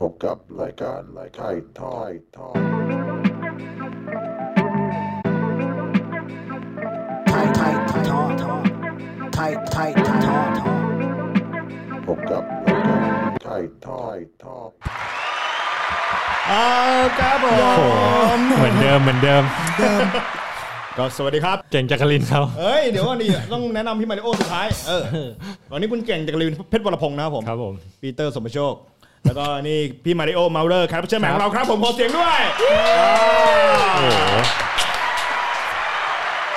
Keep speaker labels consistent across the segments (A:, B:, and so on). A: พบกับรายการรายการทอยทอย
B: tight tight talk talk tight tight talk talk
A: พบกับรายการทอยทอยทอย
C: เอาครับผม
D: เหมือนเดิมเหมือนเดิม
C: ก็สวัสดีครับ
D: เก่งจักรินเขา
C: เอ้ย เดี๋ยววันนี้ต้องแนะนำพี่มาริโอสุดท้าย เออตอนนี้คุณเก่งจากลินเพชรวรพงศ์นะครับผม
D: ครับผม
C: ปีเตอร์สมโชค แล้วก็นี่พี่มาริโอเมาเลอร์ครับเชิญแหม่
D: ครั
C: ของ
D: บ
C: เราครับผมขอเสียงด้วย
D: โอ้โห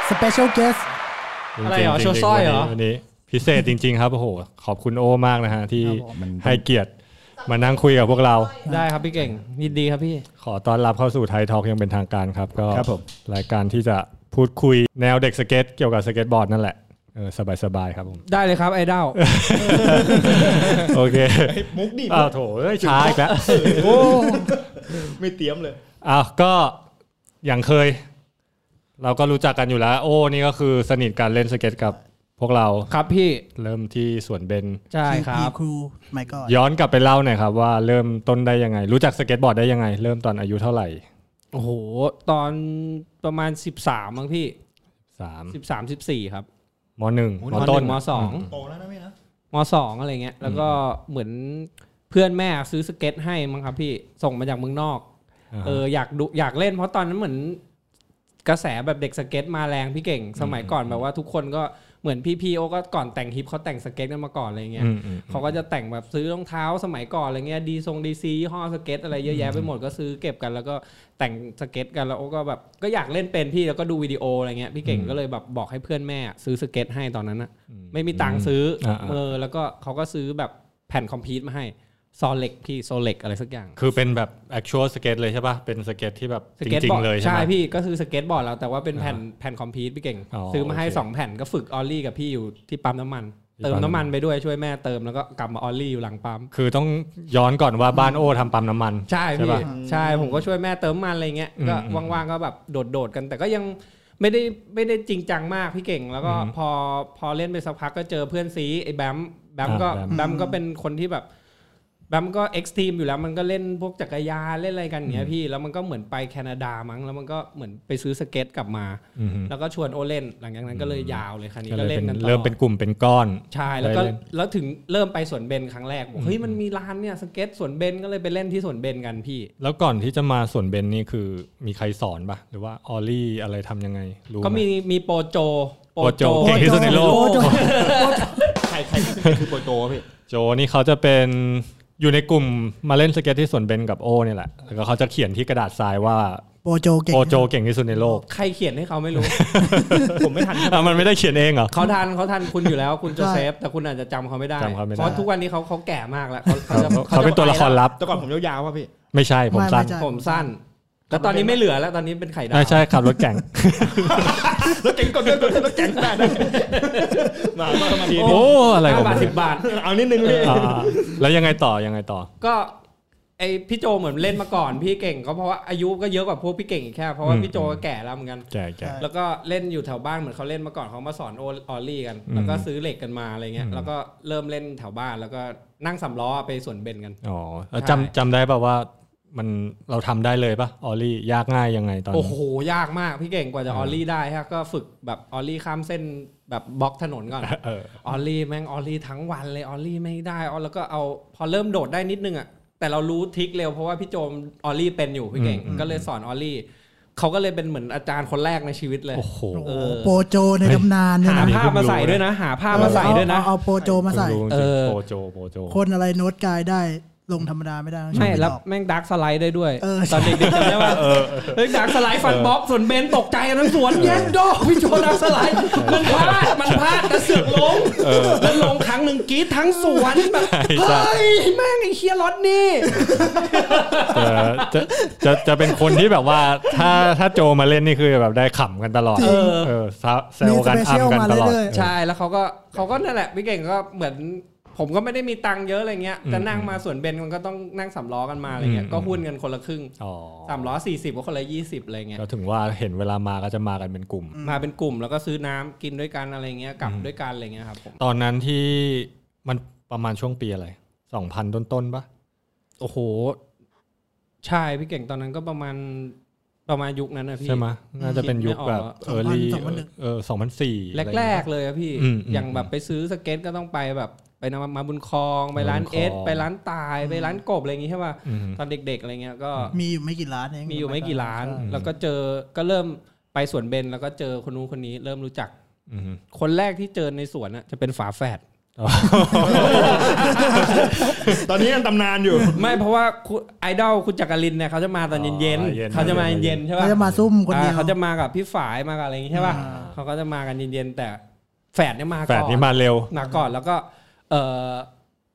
B: special guest
E: อะไรเหรอ
D: จงๆ
E: โชว์สร้อยเหรอ
D: วันนี้วันนี้พิเศษจริง ๆ ครับโอ้โหขอบคุณโอมากนะฮะที่
E: ครับผม
D: ให้เกียรติมานั่งคุยกับพวกเรา
E: ได้ครับพี่เก่งยินดีครับพี่
D: ขอต้อนรับเข้าสู่ไทยทอล์กยังเป็นทางการครับ ก็
C: ครับผม
D: รายการที่จะพูดคุยแนวเด็กสเก็ตเกี่ยวกับสเก็ตบอร์ดนั่นแหละเออสบายๆครับ ผม
E: ได้เลยครับไอดอล
D: โอเค
C: มุกดิ
D: อ้าวโถเอ้ยช้าอีกแล้ว
C: ไม่เตรียมเลย
D: อ่ะก็อย่างเคย เราก็รู้จักกันอยู่แล้ว โอ้นี่ก็คือสนิทการเล่นสเก็ตกับพวกเรา
E: ครับพี่
D: เริ่มที่สวนเบน
E: ใช่ครับ
B: ครูไม่ก็
D: ย้อนกลับไปเล่าหน่อยครับว่าเริ่มต้นได้ยังไง รู้จักสเก็ตบอร์ดได้ยังไง เริ่มตอนอายุเท่าไหร่
E: โอ้โห ตอนประมาณ 13มั้งพี่
D: สาม
E: 13 14 ครับ
D: มหนึ่งม
E: ม
D: ต้น
E: หงมสอง
C: โตแล้วนะไม่นะ
E: มสองอะไรเงี้ย แล้วก็เหมือนเพื่อนแม่ซื้อสเก็ตให้มั้งครับพี่ส่งมาจากเมืองนอก
D: าฮะ
E: เอออยากดูอยากเล่นเพราะตอนนั้นเหมือนกระแสแบบเด็กสเก็ตมาแรงพี่เก่ง สมัยก่อนแบบว่าทุกคนก็เหมือนพี่พีโอก็ก่อนแต่งฮิปเขาแต่งสเก็ตกันมาก่อนอะไรเงี้ย
D: มอืม
E: เขาก็จะแต่งแบบซื้อรองเท้าสมัยก่อนอะไรเงี้ยดีทรงดีซีห่อสเก็ตอะไรเยอะแยะไปหมดก็ซื้อเก็บกันแล้วก็แต่งสเก็ตกันแล้วโอ้ก็แบบก็อยากเล่นเป็นพี่แล้วก็ดูวิดีโออะไรเงี้ยพี่เก่งก็เลยแบบบอกให้เพื่อนแม่ซื้อสเก็ตให้ตอนนั้นอะไม่มีตังค์ซื้ออา
D: ๆ
E: เออแล้วก็เขาก็ซื้อแบบแผ่นคอมพิวต์มาให้ซอเล็กพี่โซเล็กอะไรสักอย่าง
D: คือเป็นแบบ actual สเก็ตเลยใช่ป่ะเป็นสเก็ตที่แบบ
E: ส
D: จ
E: เก็ต
D: ริ
E: บ
D: ง
E: อร์
D: ๆ
E: ด
D: เลยใช่
E: ใช่
D: ไหม
E: พี่ก็คือสเก็ตบอร์ดเราแต่ว่าเป็นแผ่นแผ่นคอมพิวต์พี่เก่ง
D: อ๋อ
E: ซื้อมาให้
D: โอเค
E: 2 แผ่นก็ฝึกออลลี่กับพี่อยู่ที่ปั๊มน้ำมัน
D: ที่
E: เติม
D: ปั๊ม
E: น้ำ
D: น้ำมั
E: มัน
D: น
E: ไปด้วยช่วยแม่เติมแล้วก็กลับมาออลลี่อยู่หลังปั๊ม
D: คือต้องย้อนก่อนว่าบ้านโอทำปั๊มน้ำมัน
E: ใช่พี่
D: ใช่ปะ
E: ใช่ผมก็ช่วยแม่เติมมันอะไรเงี้ย
D: อืม
E: ก็ว่างๆก็แบบโดดๆกัน แต่ก็ยังไม่ได้ไม่ได้จริงจังมากพี่เก่ง แล้วก็
D: อืม
E: พอพอเล่นไปสักพักก็เจอเพื่อนซีไอ้แบมแบมก็
D: อ่า
E: แบมก็เป็นคนที่แบบแบมก็เอ็กซ์ทีมอยู่แล้วมันก็เล่นพวกจักรยานเล่นอะไรกันอย่างเงี้ยพี่แล้วมันก็เหมือนไปแคนาดามั้งแล้วมันก็เหมือนไปซื้อสเก็ตกลับมา
D: อือฮึ
E: แล้วก็ชวนโอเล่นหลังจากนั้นก็เลยยาวเลยคันนี้
D: ก็
E: ก็
D: เลย
E: เล่น
D: เป็น
E: กันต่อ
D: เริ่มเป็นกลุ่มเป็นก้อน
E: ใช่แล้วก็
D: ไปเล่น
E: แล้วถึงเริ่มไปสวนเบนครั้งแรกบอกเฮ้ยมันมีร้านเนี่ยสเก็ตสวนเบนก็เลยไปเล่นที่สวนเบนกันพี่
D: แล้วก่อนที่จะมาสวนเบนนี่คือมีใครสอนปะหรือว่าออลลี่อะไรทำยังไงรู้ไห
E: ก็มีมีโปรโจ
D: โปรโจเก่งที่สุดในโลก
C: ใครใครคือโปรโตวะพี่
D: โจนี่เขาจะเป็นอยู่ในกลุ่มมาเล่นสเก็ตที่สวนเบนกับโอเนี่ยแหละ แล้วก็เขาจะเขียนที่กระดาษทรายว่า
B: โปรโจเก่ง
D: โอโจเก่งที่สุดในโลก
E: ใครเขียนให้เขา ไม่รู้
C: ผมไม่ทัน
D: อ่ะมันไม่ได้เขียนเองเหรอ
E: เขาทันเขาทันคุณอยู่แล้วคุณโจเซฟ แต่คุณอาจจะจำเขาไม่ได้
D: จำเขาไม่ได้
E: เพราะทุกวันนี้เขาเขาแก่มากแล้วจะ
D: เขาเป็นตัวละครลับ
C: แต่ก่อนผมยาวๆว่ะพี่
D: ไม่ใช่ผมสั้น
B: ไใช่
E: ผมสั้นแล้วตอนนี้ไม่เหลือแล้วตอนนี้เป็นไข่ดาว
D: ไม่ใช่ขับรถแก่ง
C: แล้วเก่งกดด้วยกดด้วยแล้วเก่งได้ได้มา มามาดี
D: โอ้อะไรข
E: ห้า
D: อง
E: บาท
D: ผม
E: สิบบาท
C: เอานิดนึงพี่
D: อ่าแล้วยังไงต่อยังไงต่อ
E: ก็ไอพี่โจเหมือนเล่นมาก่อนพี่เก่งก็เพราะว่าอายุก็เยอะกว่าพวกพี่เก่งอีกแค่เพราะว่า
D: อืม
E: พี่โจก็แก่แล้วเหมือนกัน
D: แก่แก่
E: แล้วก็เล่นอยู่แถวบ้านเหมือนเขาเล่นมาก่อนเขามาสอนโอออลลี่กัน
D: อืม
E: แล้วก็ซื้อเหล็กกันมาอะไรเงี้ย
D: อืม
E: แล้วก็เริ่มเล่นแถวบ้านแล้วก็นั่งสำล้อไปสวนเบนกัน
D: อ๋อแล้ว
E: ใช่
D: จำจำได้ป่าว่ามันเราทำได้เลยป่ะออลลี่ยากง่ายยังไงตอน
E: โอ้
D: นั้
E: โห
D: น
E: ยากมากพี่เก่งกว่าจะ
D: เอ
E: อ
D: อ
E: อลลี่ได้ฮะก็ฝึกแบบออลลี่ข้ามเส้นแบบบล็อกถนน ก่อน
D: เออ
E: ออลลี่แม่งออลลี่ทั้งวันเลยออลลี่ไม่ได้ออลแล้วก็เอาพอเริ่มโดดได้นิดนึงอ่ะแต่เรารู้ทริกเร็วเพราะว่าพี่โจมออลลี่เป็นอยู่พี่เก่ง
D: อืม
E: ก็เลยสอนออลลี่เขาก็เลยเป็นเหมือนอาจารย์คนแรกในชีวิตเลย
D: โอ้โห
B: โอ้โห
E: เออ
B: โปรโจในตำนานเนี่ย
E: หา
B: นะ
E: ภาพมาใส่ด้วยนะ หาภาพมาใส่ด้วยนะ
B: เอาเอาโปรโจมาใส่
D: ผมรู้จริง
E: เออ
D: โปรโจโปรโจ
B: คนอะไรโน้ตกายได้ลงธรรมดาไม่ได้ต้อง
E: ใช่
B: ย
E: แล้ว
B: ออก
E: แม่งดักสไลด์ได้ด้วย
B: เออ
E: ตอนเด็กๆจำได้ป่ะเฮ้ยดักสไลด์ฟันบ๊อบส่วนเบนตกใจกันทั้งสวนแย่งดอกพี่โจดักสไลด์มันพลาดมันพลาดกระเสือกล้มแล้วลงครั้งหนึ่งกรีดทั้งสวนแบบ
D: ใช่
E: เฮ้ยแม่งไอ้เคียรถนี่
D: เออจะจะจะเป็นคนที่แบบว่าถ้าถ้าโจมาเล่นนี่คือแบบได้ขำกันตลอด
E: จริง
D: เออซะแซวกัน
B: มีสเปเชี
D: อั
B: ยล
D: มกันตลอด
B: มาเรื่อยๆ
E: ใช่แล้วเขาก็เขาก็นั่นแหละพี่เก่งก็เหมือน ผมก็ไม่ได้มีตังค์เยอะอะไรเงี้ยจะนั่งมาส่วนเบนมันก็ต้องนั่งสำล้อกันมาอะไรเงี้ย
D: อืม
E: ก็หุ้นกันคนละครึ่ง
D: อ๋อ
E: สามล้อสี่สิบก็คนละยี่สิบอะไรเงี้ย
D: ก็ถึงว่าเห็นเวลามาก็จะมากันเป็นกลุ่ม
E: มาเป็นกลุ่มแล้วก็ซื้อน้ำกินด้วยกันอะไรเงี้ยกลับด้วยกันอะไรเงี้ยครับผม
D: ตอนนั้นที่มันประมาณช่วงปีอะไรสองพันต้นๆปะ
E: โอ้โห ใช่พี่เก่งตอนนั้นก็ประมาณประมาณยุคนั้นนะพี่
D: ใช่ไหมน่าจะเป็นยุคแบบ
E: คิด
D: เออ
E: ไม่ออก
D: รี่
F: 2001
D: เออสองพันสี่
E: แรกๆเลยอะพี่
D: อืม
E: อย่างแบบไปซื้อสเก็ตก็ต้องไปแบบไปนำมาบุญคลอง ไปร้าน
D: มาบุญคลอง
E: เอสไปร้านตายไปร้านกบอะไรอย่างงี้ใช่ป่ะ
D: อืม
E: ตอนเด็ก ๆอะไรเงี้ยก็
F: มีอยู่ไม่กี่ร้านเอง
E: มีอยู่ไม่กี่ร้าน
F: ใช่
E: แล้วก็เจอก็เริ่มไปสวนเบนแล้วก็เจอคนนู้นคนนี้ เริ่มรู้จัก
D: อืม
E: คนแรกที่เจอในสวนน่ะจะเป็นฝาแฝด
C: ตอนนี้ยังตำนานอยู่
E: ไม่เพราะว่าคุณไอดอลคุณจักรินเนี่ยเขาจะมาตอนเย็น
D: เย็น
E: ๆเขาจะมา
D: เย็น
E: เย็นๆใช่ป่ะ
F: เขาจะมาซุ่มคนเดียว
E: อ่าเขาจะมากับพี่ฝายมากับอะไรอย่างงี้ใช่ป่ะ
F: อ่า
E: เขาก็จะมากันเย็นๆแต่แฝดเนี่ยมา
D: แฝ
E: ก่
D: ด
E: อน
D: นี้มาเร็ว
E: มาก่อนแล้วก็เออ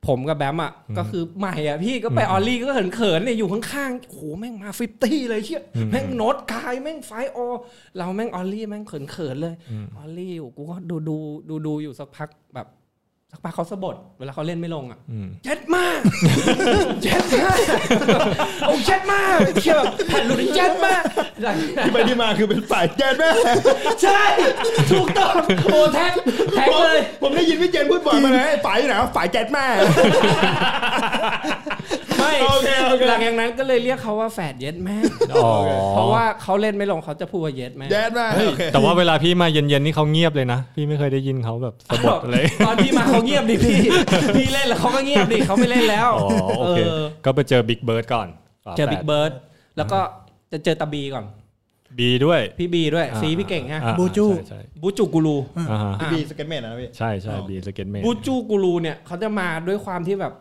E: ผมกับแบมอ่ะก็คือใหม่อ่ะพี่ก็ไป
D: อืม
E: ออลลี่ก็เขินๆเนี่ยอยู่ข้างๆโอ้โหแม่งมาฟิฟตี้เลยเชี่ย
D: อืม
E: แม่งโน้ตกายแม่งไฟโออเราแม่งออลลี่แม่งเขินๆเลย
D: อืม
E: ออลลี่อยู่กูก็ดูดูดูดูๆอยู่สักพักแบบสักพักเขาสะบัดเวลาเขาเล่นไม่ลงอ่ะ
D: อืม
E: เจ็ดมาก เจ็ดมากโอ้เจ็ดมากเชี่ยแบบแผ่นหลุดเจ็ดมากหลังจากนั้น
C: ที่ไปที่มาคือเป็นฝ่ายเจนแม่
E: ใช่ ถูกต้องโอ้แท็กแท็กเลย
C: ผมได้ยินพี่เจนพูดบ่อยมาเลยฝ่ายไหนวะฝ่ายเจนแม่
E: ไม่
C: โอเคโอเค
E: หลังจากนั้นก็เลยเรียกเขาว่าแฝดเย็ดแม่ง
D: อ๋อ
E: เพราะว่าเขาเล่นไม่ลงเขาจะพูดว่าเย็ดแม่ง
C: เจนแม่โอเค
D: แต่ว่าเวลาพี่มาเย็นๆนี่เขาเงียบเลยนะ พี่ไม่เคยได้ยินเขาแบบสะบั ดอะไร
E: ตอนพี่มาเขาเงียบดิพี่ พี่เล่นแล้วเขาก็เงียบดิเขาไม่เล่นแล้ว
D: อ๋อโอเค
E: ออ
D: ก็ไปเจอบิ๊กเบิร์ดก่อนฝาแฝด
E: เจอบิ๊กเบิร์ดแล้วก็จะเจอตาบีก่อน
D: บีด้วย
E: พี่บีด้วยซีพี่เก่งฮะ
D: อ่า
F: บูจู
D: ใช่
E: บูจูกูรู
D: ใช่อ่าฮะ
C: พี่บีสเก็ตแมนนะพี่
D: ใช่ใช่บีสเก็ตเมน
E: บูจูกูรูเนี่ยเขาจะมาด้วยความที่แบบ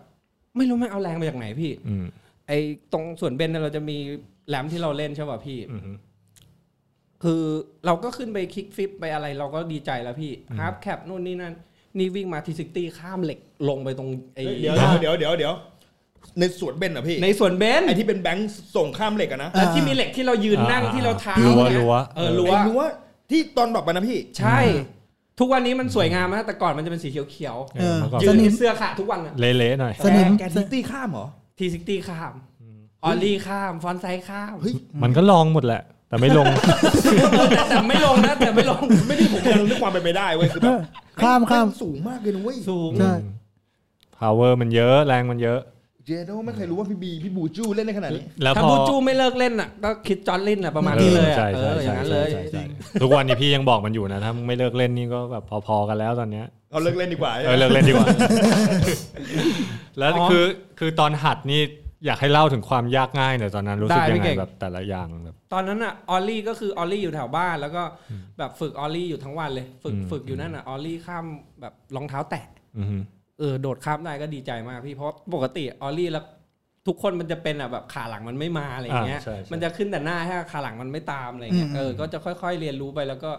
E: ไม่รู้ไม่เอาแรงมาจากไหนพี่
D: อืม
E: ไอตรงส่วนเบนเนี่ยเราจะมีแรมที่เราเล่นใช่ป่ะพี่
D: อืม
E: คือเราก็ขึ้นไปคลิกฟลิปไปอะไรเราก็ดีใจแล้วพี่ฮาร์ปแคปนู่นนี่นั่น นี่วิ่งมาทีซิตี้ข้ามเหล็กลงไปตรงไอ
C: เดี๋ยวเดี๋ยวเดี๋ยวเดี๋ยวในสวนเบนเหรอพี่
E: ในส่วนเบน
C: ไอที่เป็นแบงค์ส่งข้ามเหล็กอะนะ
E: แล้วที่มีเหล็กที่เรายืนนั่ง
D: อ่า
E: ที่เราเท้า
D: รั้ว
E: เนี่ย
D: รั้ว
E: เออ
C: ไอ้
E: รั้ว
C: รั้วที่ตอนบอกไปนะพี่
E: ใช่ ทุกวันนี้มันสวยงามนะแต่ก่อนมันจะเป็นสีเขียว
D: เออเมื่อก่อน
E: ๆยืนในเสื้อขาดทุกวันอะ
D: เละๆหน่อย
F: สนิม
C: แกดิสตี้ข้ามเหรอ
E: ทีซิตี้ข้ามออลลี่ข้ามฟอนไซด์ข้าม
C: เฮ้ย
D: มันก็ลองหมดแหละ แต่ไม่ลง
E: แต่แต่ไม่ลงนะแต่ไม่ลง
C: ไม่ได้ผมกำลังนึกความเป็นไปได้เว้ย คือแบบ
F: ข้ามข้าม
C: นสูงมากเลยนะเว้ย
E: สูง
F: ใช่
D: power มันเยอะแรงมันเยอะ
C: เจโดไม่เคยรู้ว่าพี่บีพี่บูจูเล่นได้ขนาดนี้
D: แล้ว
E: ถ้า
D: พอ
E: บูจูไม่เลิกเล่นอ่ะก็คิดจอร์นลินอ่ะประมาณนี้เลยอะ
D: ใช่
E: เอ
D: ใช่
E: ออย่า
D: ใช่
E: งนั้น
D: ใช่
E: เลย
D: ใช่ใช่ทุกวันนี้พี่ยังบอกมันอยู่นะถ้ามึงไม่เลิกเล่นนี่ก็แบบพอๆกันแล้วตอนเนี้ย
C: เอาเลิกเล่นดีกว่า
D: เออเลิกเล่นดีก ว่า แล้วคือคือตอนหัดนี่อยากให้เล่าถึงความยากง่ายหน่อยตอนนั้นรู้สึกยั
E: ได้พี่
D: งไง
E: เก่ง
D: แบบแต่ละอย่างแบบ
E: ตอนนั้นอ่ะออลลี่ก็คือออลลี่อยู่แถวบ้าน แล้วก็แบบฝึกออลลี่อยู่ทั้งวันเลย ฝึก
D: อืม
E: ฝึกอยู่นั่นอ่ะออลลี่ข้ามแบบรองเท้าแตะ
D: อือฮึ
E: เออโดดข้ามได้ก็ดีใจมากพี่เพราะปกติออลลี่แล้วทุกคนมันจะเป็นอ่ะแบบขาหลังมันไม่มาอะไรอย่างเงี้ย
D: าใช่ใช่
E: มันจะขึ้นแต่หน้าให้ขาหลังมันไม่ตามอะไรอย่างเงี้ยเออก็จะค่อย ๆเรียนรู้ไปแล้วก็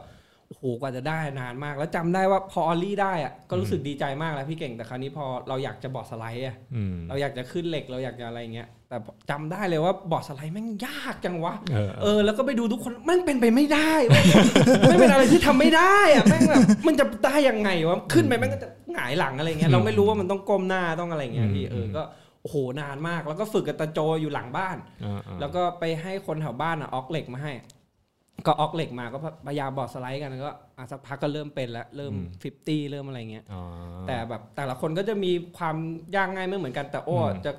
E: โอ้โหกว่าจะได้นานมาก แล้วจำได้ว่าพอออลลี่ได้อ่ะก็รู้สึกดีใจมากแล้วพี่เก่งแต่คราวนี้พอเราอยากจะบอร์ดสไลด์อ่ะ
D: อืม
E: เราอยากจะขึ้นเหล็กเราอยากจะอะไรเงี้ย แต่จำได้เลยว่าบอร์ดสไลด์แม่งยากจังวะ
D: เออ
E: เออแล้วก็ไปดูทุกคนแม่งเป็นไปไม่ได้เว้ย แม่งเป็นอะไรที่ทำไม่ได้อะแม่งแบบมันจะได้ยังไงวะขึ้นไปแม่งก็จะหงายหลังอะไรเงี้ยเราไม่รู้ว่ามันต้องก้มหน้าต้องอะไรเงี้ยพี่เออก็โอ้โหนานมาก แล้วก็ฝึกกับตาโจอยู่หลังบ้าน
D: เออเออ
E: แล้วก็ไปให้คนแถวบ้านอ่ะออกเหล็กมาให้ ก็ออกเหล็กมาก็พยายามบอร์ดสไลด์กันแล้วก็อ่ะสักพักก็เริ่มเป็นแล้วเริ่มฟิฟตี้เริ่มอะไรเงี้ย
D: อ๋อ
E: แต่แบบแต่ละคนก็จะมีความยากง่ายไม่เหมือนกันแต่โอ้
D: อืม
E: จะ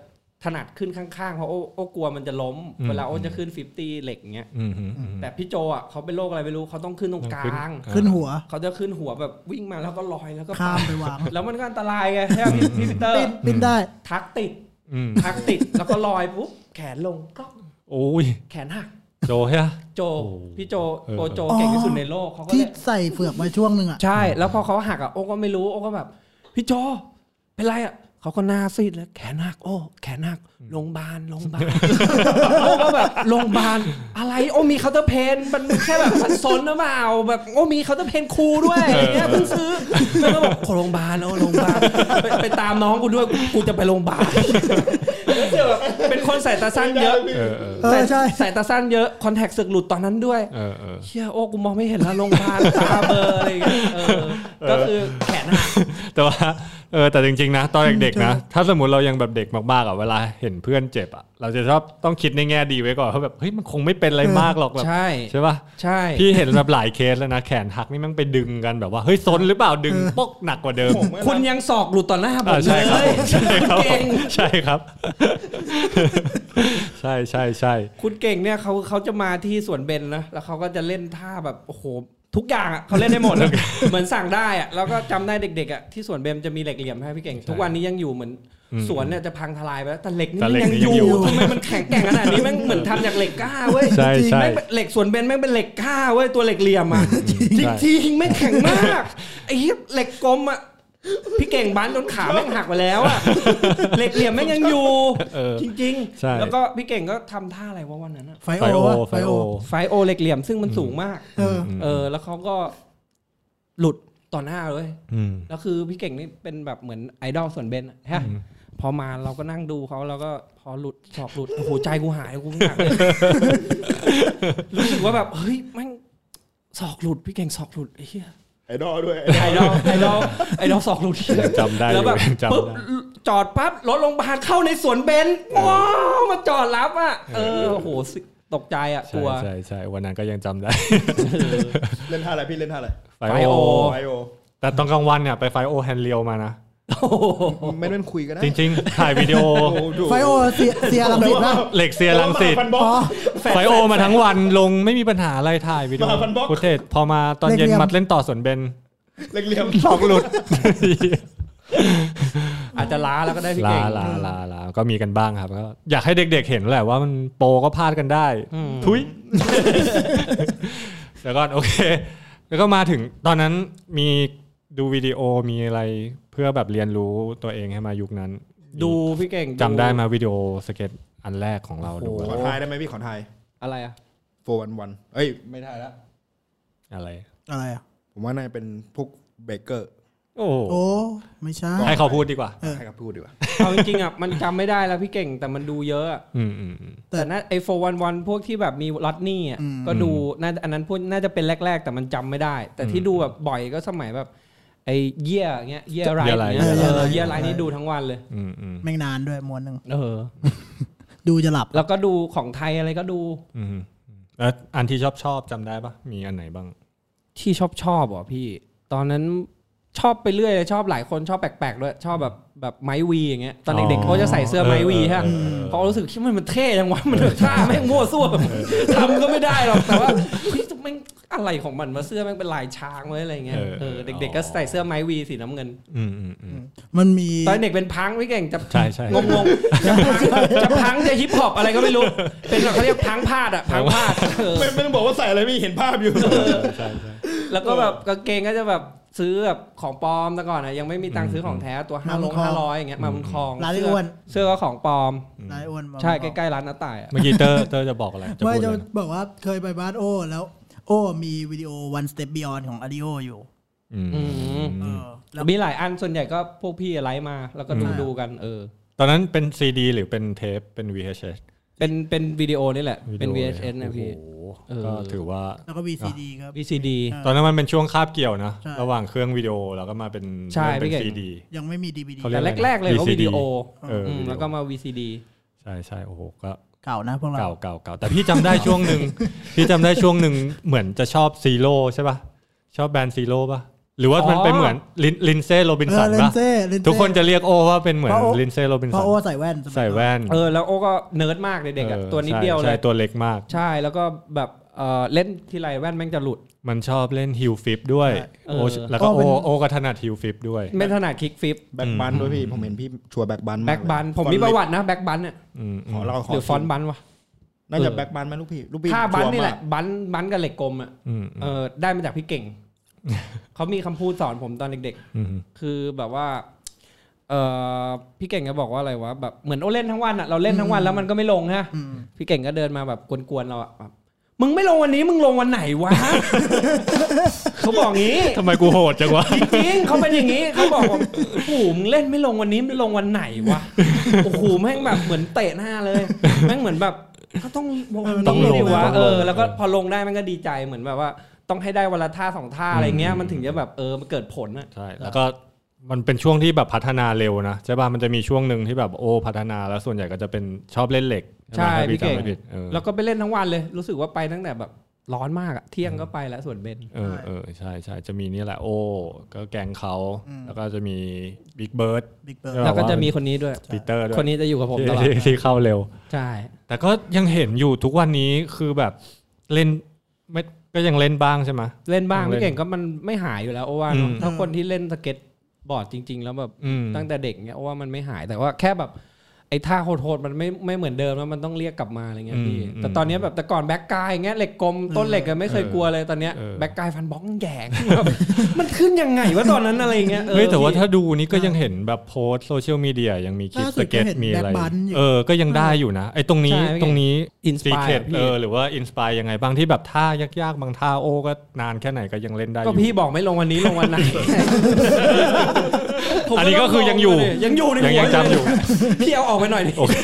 E: ถนัดขึ้นข้างๆเพราะโอ้โอ้กลัวมันจะล้ม
D: อืม
E: เวลาโอ้จะขึ้น 50 เหล็กเงี้ย
D: อืมอืมอืม
E: แต่พี่โจอ่ะเขาเป็นโรคอะไรไม่รู้เขาต้องขึ้นตรงกลาง
F: ขึ้นหัว
E: เขาจะขึ้นหัวแบบวิ่งมาแล้วก็ลอยแล้วก็
F: ข้ามไปวาง
E: แล้วมันก็อันตรายไงใช่ไหมพี่พี่ปีเตอร์
F: ปิ้นปิ้นได้
E: ทักติด
D: อืม
E: ทักติดแล้วก็ลอยปุ๊บแขนลงก็
D: โอ้ย
E: แขนหัก
D: โจใช่ปะ
E: โจ
D: โอ้
E: พี่โจ
D: เออ
E: โอโจ
F: อ๋อ
E: เก่งที่สุดในโลกเขาก็
F: ที่
E: เลย
F: ใส่เฟือกมาช่วงหนึ่งอ่ะ
E: ใช่แล้วพอเขาหักอ่ะโอ้ก็ไม่รู้โอ้ก็แบบ พี่โจเป็นไรอ่ะเขาก็หน้าซีดแล้วแขนหักโอ้แขนหักโรงพยาบาลโรงพยาบาลโอ้ก็แบบโรงพยาบาลอะไรโอ้มีเคาน์เตอร์เพนมันแค่แบบมันซนหรือเปล่าแบบโอ้มีเคาน์เตอร์เพนครูด้วยอย่างเงี้ยเพิ่งซื้อแล้วก็บอกโอ้โรงพยาบาลโอ้โรงพยาบาลไปไปตามน้องกูด้วยกูจะไปโรงพยาบาล แล้วเจอแบบเป็นคนสายตาสั้นเยอะ
D: เออเออ
F: เออใช่
E: สายตาสั้นเยอะคอนแทคเสือกหลุดตอนนั้นด้วย
D: เออเออ
E: เชี่ยโอ้กูมองไม่เห็นแล้วโรงพยาบาลตาเบลอร์อะไรอย่างเงี้ยเออก็คือแขนหัก
D: แต่ว่า เออแต่จริงๆนะตอนเด็กๆนะถ้าสมมติเรายังแบบเด็กมากๆอ่ะเวลาเห็นเพื่อนเจ็บอ่ะเราจะชอบต้องคิดในแง่ดีไว้ก่อนเพราะแบบเฮ้ยมันคงไม่เป็นอะไรมากหรอกแบบ
E: ใช่
D: ใช่ป่ะ
E: ใช่
D: พี่เห็นแบบหลายเคสแล้วนะแขนหักนี่มันไปดึงกันแบบว่าเฮ้ยซนหรือเปล่าดึงปกหนักกว่าเดิม
C: ผมไม่
E: คุณ
C: รับ
E: ยังสอกหลุดต่อหน้าผ
D: อ่าม
E: เล
D: ใช่ครับ
E: ย
D: ผมใช่ครับ
E: คุ
D: ผม
E: ณเก่ง
D: ใช่ครับ ใช่ใช่ใช่
E: คุณเก่งเนี่ยเขาเขาจะมาที่สวนเบนนะแล้วเขาก็จะเล่นท่าแบบโอ้โหทุกอย่างอ่ะเขาเล่นได้หมดอะเหมือนสั่งได้อ่ะแล้วก็จำได้เด็กๆอ่ะที่สวนเบนจะมีเหล็กเหลี่ยมให้พี่เก่ง ทุกวันนี้ยังอยู่เหมือน
D: อืม
E: สวนเนี่ยจะพังทลายไปแล้วแต่เหล็กนี่
D: แต่เหล็ก
E: ยัง
D: นี่
E: อ
D: ยังอยู่
E: ยู่ทำไมมันแข็งแกร่งขนาดนี้แม่งเหมือนทำจากเหล็กกล้าเว้ย
D: ใช่ใช่
E: แม่งเป็นเหล็กสวนเบนแม่งเป็นเหล็กกล้าเว้ยตัวเหล็กเหลี่ยมอ่ะจ
D: ใช่
E: ริงๆแม่งแข็งมากไอ้เหี้ยเหล็กกลมอ่ะพี่เก่งบ้านจนขาแม่งหักไปแล้วอ่ะเหล็กเหลี่ยมแม่งยังอยู่
D: เออ
E: จริง
D: ใช่
E: ๆแล้วก็พี่เก่งก็ทำท่าอะไรวะวันนั้นอะ
F: ไฟโอวะ
D: ไฟโอ
E: ไฟโอเหล็กเหลี่ยมซึ่งมันสูงมาก
F: เออ
E: เออ แล้วเขาก็หลุดต่อหน้าเลย
D: อืม
E: แล้วคือพี่เก่งนี่เป็นแบบเหมือนไอดอลส่วนเบนอะฮะ
D: อืม
E: พอมาเราก็นั่งดูเขาแล้วก็พอหลุดสอบหลุด โอ้โหใจกูหายกูไม่อยากเลย รู้สึกว่าแบบ เฮ้ยแม่งสอกหลุดพี่เก่งสอกหลุดไอ้เหี้ย
C: ไอดอลด้วย
E: ไอดอลไอดอลไอดอลสอกหลุด
D: จำได้อ
E: แล้ว
D: ยู่
E: แบบ
D: ยัง
E: ปุ๊บ
D: จำได้
E: จอดปั๊บรถโรงพยาบาลเข้าในสวนเบนซ์ว้าวมาจอดรับอ่ะเออโอ้โหสิตกใจอ่ะก
D: ใช่
E: ลัว
D: ใช่ใช่วันนั้นก็ยังจำได้
C: เล่นท่าอะไรพี่เล่นท่าอะไร
D: ไฟโอ
E: โอ้
C: ไฟโอ
D: แต่ตอนกลางวันเนี่ยไปไฟโอแฮนด์เรียวมานะ
C: ไม่เป็นคุยกันนะ
D: จริงๆ ถ่ายวิดีโอ
F: ไฟโอเสียเสียลังสิตป่ะ
D: เหล็กเซียรังสิต
C: ฟันบล็อก
F: อ๋อ
D: ไฟโอมาทั้งวันลงไม่มีปัญหาอะไรถ่ายวิดีโอ
C: มาพันบล็อก
D: โคเทศพอมาตอนเย็น
F: เหล็กเหลี่ยม
D: มัดเล่นต่อสวนเบน
C: เล็กเหลี่ยม
D: สองหลุด
E: อาจจะล้าแล้วก็ได้พี่
D: ลา
E: เก่ง
D: ลาลาลาก็มีกันบ้างครับก็อยากให้เด็กๆเห็นแหละว่ามันโปรก็พลาดกันได้ทุย เดี๋ยวก่อนโอเค แล้วก็มาถึงตอนนั้นมีดูวิดีโอมีอะไรเพื่อแบบเรียนรู้ตัวเองให้มายุคนั้น
E: ดูพี่เก่ง
D: จำได้มาวิดีโอสเก็ตอันแรกของเราดู
C: ขอทายได้ไหมพี่ขอทาย
E: อะไรอ่ะ
C: โฟวันวันเอ้ยไม่ทายละ
D: อะไร
F: อะไรอ่ะ
C: ผมว่าน่าจะเป็นพวกเบเกอร์
D: โอ้
F: โอ้ ไม่ใช่
D: ให้เขาพูดดีกว่า
C: ให้กับพูดดีกว่า
E: เอาจริงๆอ่ะ มันจำไม่ได้แล้วพี่เก่งแต่มันดูเยอะอะ
D: อืมอืมอืม
E: แต่น่าไอโฟวันวันพวกที่แบบมีลอตนี่อ่ะ
F: อืม
E: ก็ดูน่าอันนั้นพวกน่าจะเป็นแรก ๆ แต่มันจำไม่ได้ แต่ที่ดูแบบบ่อยก็สมัยแบบ ไอเยี่ยอย่างเงี้ยเยี่ยไร
D: เยี่ยไร
E: เงี้ย
F: เยี่
E: เอย
F: ไร
E: อเยี่ยไรนี่ดูทั้งวันเลย
D: อืมอืม
F: แม่งนานด้วยมวนหนึ่ง
E: เออ
F: ดูจะหลับ
E: แล้วก็ดูของไทยอะไรก็ดู
D: อืมแล้วอันที่ชอบชอบจำได้ปะมีอันไหนบ้าง
E: ที่ชอบชอบเหรอ่ะพี่ ตอนนั้นชอบไปเรื่อยเลยชอบหลายคนชอบแปลกๆด้วยชอบแบบแบบไม้วีอย่างเงี้ยตอนเด็กๆเขาจะใส่เสื้อไม้วีฮะ
D: เออเออเออ
E: เพราะรู้สึกที่มันมันเท่จังวะมันท่าแม่งมั่วซั่วทำก็ไม่ได้หรอกแต่ว่าเฮ้ยแม่งอะไรของมันมาเสื้อแม่งเป็นลายช้างไว้อะไรเงี้ย
D: เออ
E: เออเด็กๆก็ใส่เสื้อไม้วีสีน้ำเงิน
D: อืมอืมอืม
F: มันมี
E: ตอนเด็กเป็นพังพี่เก่งจะ
D: ใช่ใช่
E: งงๆจะพังจะพังจะฮิปฮอปอะไรก็ไม่รู้ เป็นแบบเขาเรียกพังพาดอะพังพาดเออ
C: ไม่ไม่ต้องบอกว่าใส่อะไรไม่เห็นภาพอยู่
D: ใช่ใช่
E: แล้วก็แบบกางเกงก็จะแบบซื้อแบบของปลอมแต่ก่อนอะยังไม่มีตังค์ซื้อของแท้ตัวห้าลงห้าร้อยอย่างเงี้ยมาบนคลอง
F: ร้านไอ้
E: เสื้อ
F: อ้วน
E: เสื้อก็ของปลอม
F: นายอ้วนมา
E: ใช่
F: บอก
E: ใกล้ๆร้านน้าต่ายอะ
D: เมื่อกี้เตอร์เตอร์จะบอกอะไรจะ
F: ไม่
D: พูด
F: จะ
D: เลยนะ
F: บอกว่าเคยไปบ้านโอ้ แล้วโอ้ มีวิดีโอ one step beyond ของอาริโออยู่
D: อืม
E: อืม
F: เออ แล้ว
E: มีหลายอันส่วนใหญ่ก็พวกพี่ไลฟ์มาแล้วก็ดูดูกันเออ
D: ตอนนั้นเป็นซีดีหรือเป็นเทปเป็น VHS
E: เป็นเป็นวิดีโอนี่แหละ เป็น
D: วิดีโอ
E: VHS นะพี่
D: โอ้โห
E: เออ
D: ก็ถือว่า
F: แล้วก็ VCD ครับ
E: VCD
D: ตอนนั้นมันเป็นช่วงคาบเกี่ยวนะ
F: ใช่
D: ระหว่างเครื่องวิดีโอแล้วก็มาเป็น
E: ใช่
D: เริ่มเป็น
E: พี่เก่ง
D: ซีดี
F: ยังไม่มี DVD
D: เขาเรี
E: แต่
D: ย
E: แรก ๆ เลยก็
D: VCD
E: วิดีโอ
D: เอออื
E: ม
D: วิดีโอ
E: แล้วก็มา VCD
D: ใช่ใช่โอ้โหก็
F: เก่านะพวกเรา
D: เก่าเก่าเก่าแต่พี่จำได้ช่วงหนึ่ง พี่จำได้ช่วงหนึ่งเหมือนจะชอบซีโร่ใช่ป่ะ ชอบแบรนด์ซีโร่ป่ะ หรือว่ามันไปเหมือนลินลินเซ่โรบินสัน
F: เออลิ
D: ป่ะ
F: นเซ่ลินเซ่
D: ทุกคนจะเรียกโอว่าเป็นเหมือน
F: เพราะโอ
D: ลินเซ่โรบิน
F: เพ
D: สั
F: ราะ
D: น
F: โอ้ใส่แว่นมัยก่อน
D: ใส่แว่น
E: เออแล้วโอ้ก็เนิร์ดมากเด็กๆอะ
D: ออ
E: ตัวนิดเดียวเล
D: ใช่
E: ย
D: ใช่ตัวเล็กมาก
E: ใช่แล้วก็แบบเออเล่นทีไรแว่นแม่งจะหลุด
D: มันชอบเล่นฮิลฟิปด้วย
E: เอ
D: โอ
E: อ
D: แล้วก็โอโอก็ถนัดฮิลฟิปด้วย
E: ไม่ถนัดคลิกฟิป
C: แบ็คบันด้วยพี่ ผมเห็นพี่ชัวร์แบ็คบันมา
E: แบ็
C: ก
E: ค
C: เลย
E: บันผมมีประวัตินะแบ็คบันอ่ะ
D: อืม
C: ขอเราขอ
E: หรือฟอนต์บันวะ
C: น่าจะแบ็คบันไหมลูกพี่ลูกพี่
E: ค่าบัน
C: ชัวร์
E: นี่แหละ
C: มาก
E: บันบันกับเหล็กกลมอ่ะ
D: อืม
E: เออได้มาจากพี่เก่ง เขามีคำพูดสอนผมตอนเด็ก ๆ
D: อืม
E: คือแบบว่า เออพี่เก่งก็บอกว่าอะไรวะแบบเหมือนโอเล่นทั้งวันอะเราเล่นทั้งวันแล้วมันก็ไม่ลงฮะ
F: อืม
E: พี่เก่งก็เดินมาแบบกวนๆเราอะแบบมึงไม่ลงวันนี้มึงลงวันไหนวะ เขาบอกงี้
D: ทำไมกูโหดจังวะ
E: จริงๆเขาเป็นอย่างนี้เขาบอกว่าโอ้โหมึงเล่นไม่ลงวันนี้ไม่ลงวันไหนวะโอ้โหแม่งแบบเหมือนเตะหน้าเลยแม่งเหมือนแบบก็ต้องลงวัน
D: ต้อง
E: นี้
D: ลง
E: ดิวะ
D: ต้องลง
E: เออแล้วก็พอลงได้มันก็ดีใจเหมือนแบบว่า ต้องให้ได้วันละท่าสองท่าอะไรเงี้ยมันถึงจะแบบเออมันเกิดผลอะ
D: ใช่แล้วก็ มันเป็นช่วงที่แบบพัฒนาเร็วนะใช่ป่ะมันจะมีช่วงหนึ่งที่แบบโอ้พัฒนาแล้วส่วนใหญ่ก็จะเป็นชอบเล่นเหล็ก
E: ใช่
D: ไหมถ้า
E: พี่
D: จำ
E: เก่ง
D: ไม่ผิดเออ
E: แล้วก็ไปเล่นทั้งวันเลย รู้สึกว่าไปตั้งแต่แบบร้อนมากอะเที่ยงก็ไปแล้วส่วนเบน
D: เออเออใช่ใช่จะมีนี่แหละโอ้ก็แกงเขาแล้วก็จะมีบิ๊กเบิร์ด
F: บิ๊กเบิร์
D: อ
E: แล้วก็จะมีคนนี้ด้วย
D: ปีเตอร์ด้วย
E: คนนี้จะอยู่กับผม
D: ที่
E: ตลอด
D: ที่ที่เข้าเร็ว
E: ใช่
D: แต่ก็ยังเห็นอยู่ทุกวันนี้คือแบบเล่นไม่ก็ยังเล่นบ้างใช่ไหม
E: เล่นบ้าง
D: เล่น
E: พี่เก่งก็มันไม่หายอยู่แล้วโอว่าเนอะ
D: อืม
E: ถ้าคนที่เล่นสเก็ตบอร์ดจริง ๆ แล้วแบบ
D: อืม
E: ตั้งแต่เด็กเนี้ยโอว่ามันไม่หายแต่ว่าแค่แบบไอ้ท่าโหดๆมันไม่ไม่เหมือนเดิมแล้วมันต้องเรียกกลับมาอะไรเงี้ยพี่
D: อืม
E: แต่ตอนเนี้ยแบบแต่ก่อนแบ็กกายางเงี้ยเหล็กกลมต้นเหล็กอะไม่เคยกลัวเลยตอนเนี้ย
D: เออ
E: แบ็กกายฟันบล็อกแหยงแบบมันขึ้นยังไงวะตอนนั้นอะไรเงี้ยเออ
D: เฮ้ยแต่ว่า
E: พี่
D: ถ้าดูนี่ก็ยังเห็นแบบโพสต์โซเชียลมีเดียยังมีคลิป
F: ล่าสุ
D: ส
F: ดก็
D: เก็ต
F: เห็น
D: มีอะไร
F: Black Bun อยู่
D: เออก็ยังได้อยู่นะไอ้ตรงนี้
E: ใช่ไม่เก่ง
D: ตรงนี้
E: Inspire
D: เค
E: อะพี่
D: เออหรือว่าอินสปายยังไงบ้างที่แบบท่ายากๆ บางท่าโอ้ก็นานแค่ไหนก็ยังเล่นได้อ
E: ก็
D: ยู่
E: พี่บอกไม่ลงวันนี้ลงวันไหน ผ ม
D: อันนี้ก็คือยังอยู่
E: ต้ลดิยังอยู่ใน
D: ยัง
E: หัว
D: ยังจำอยู่
E: พี่เอาออกไปหน่อยดิ
D: โอเค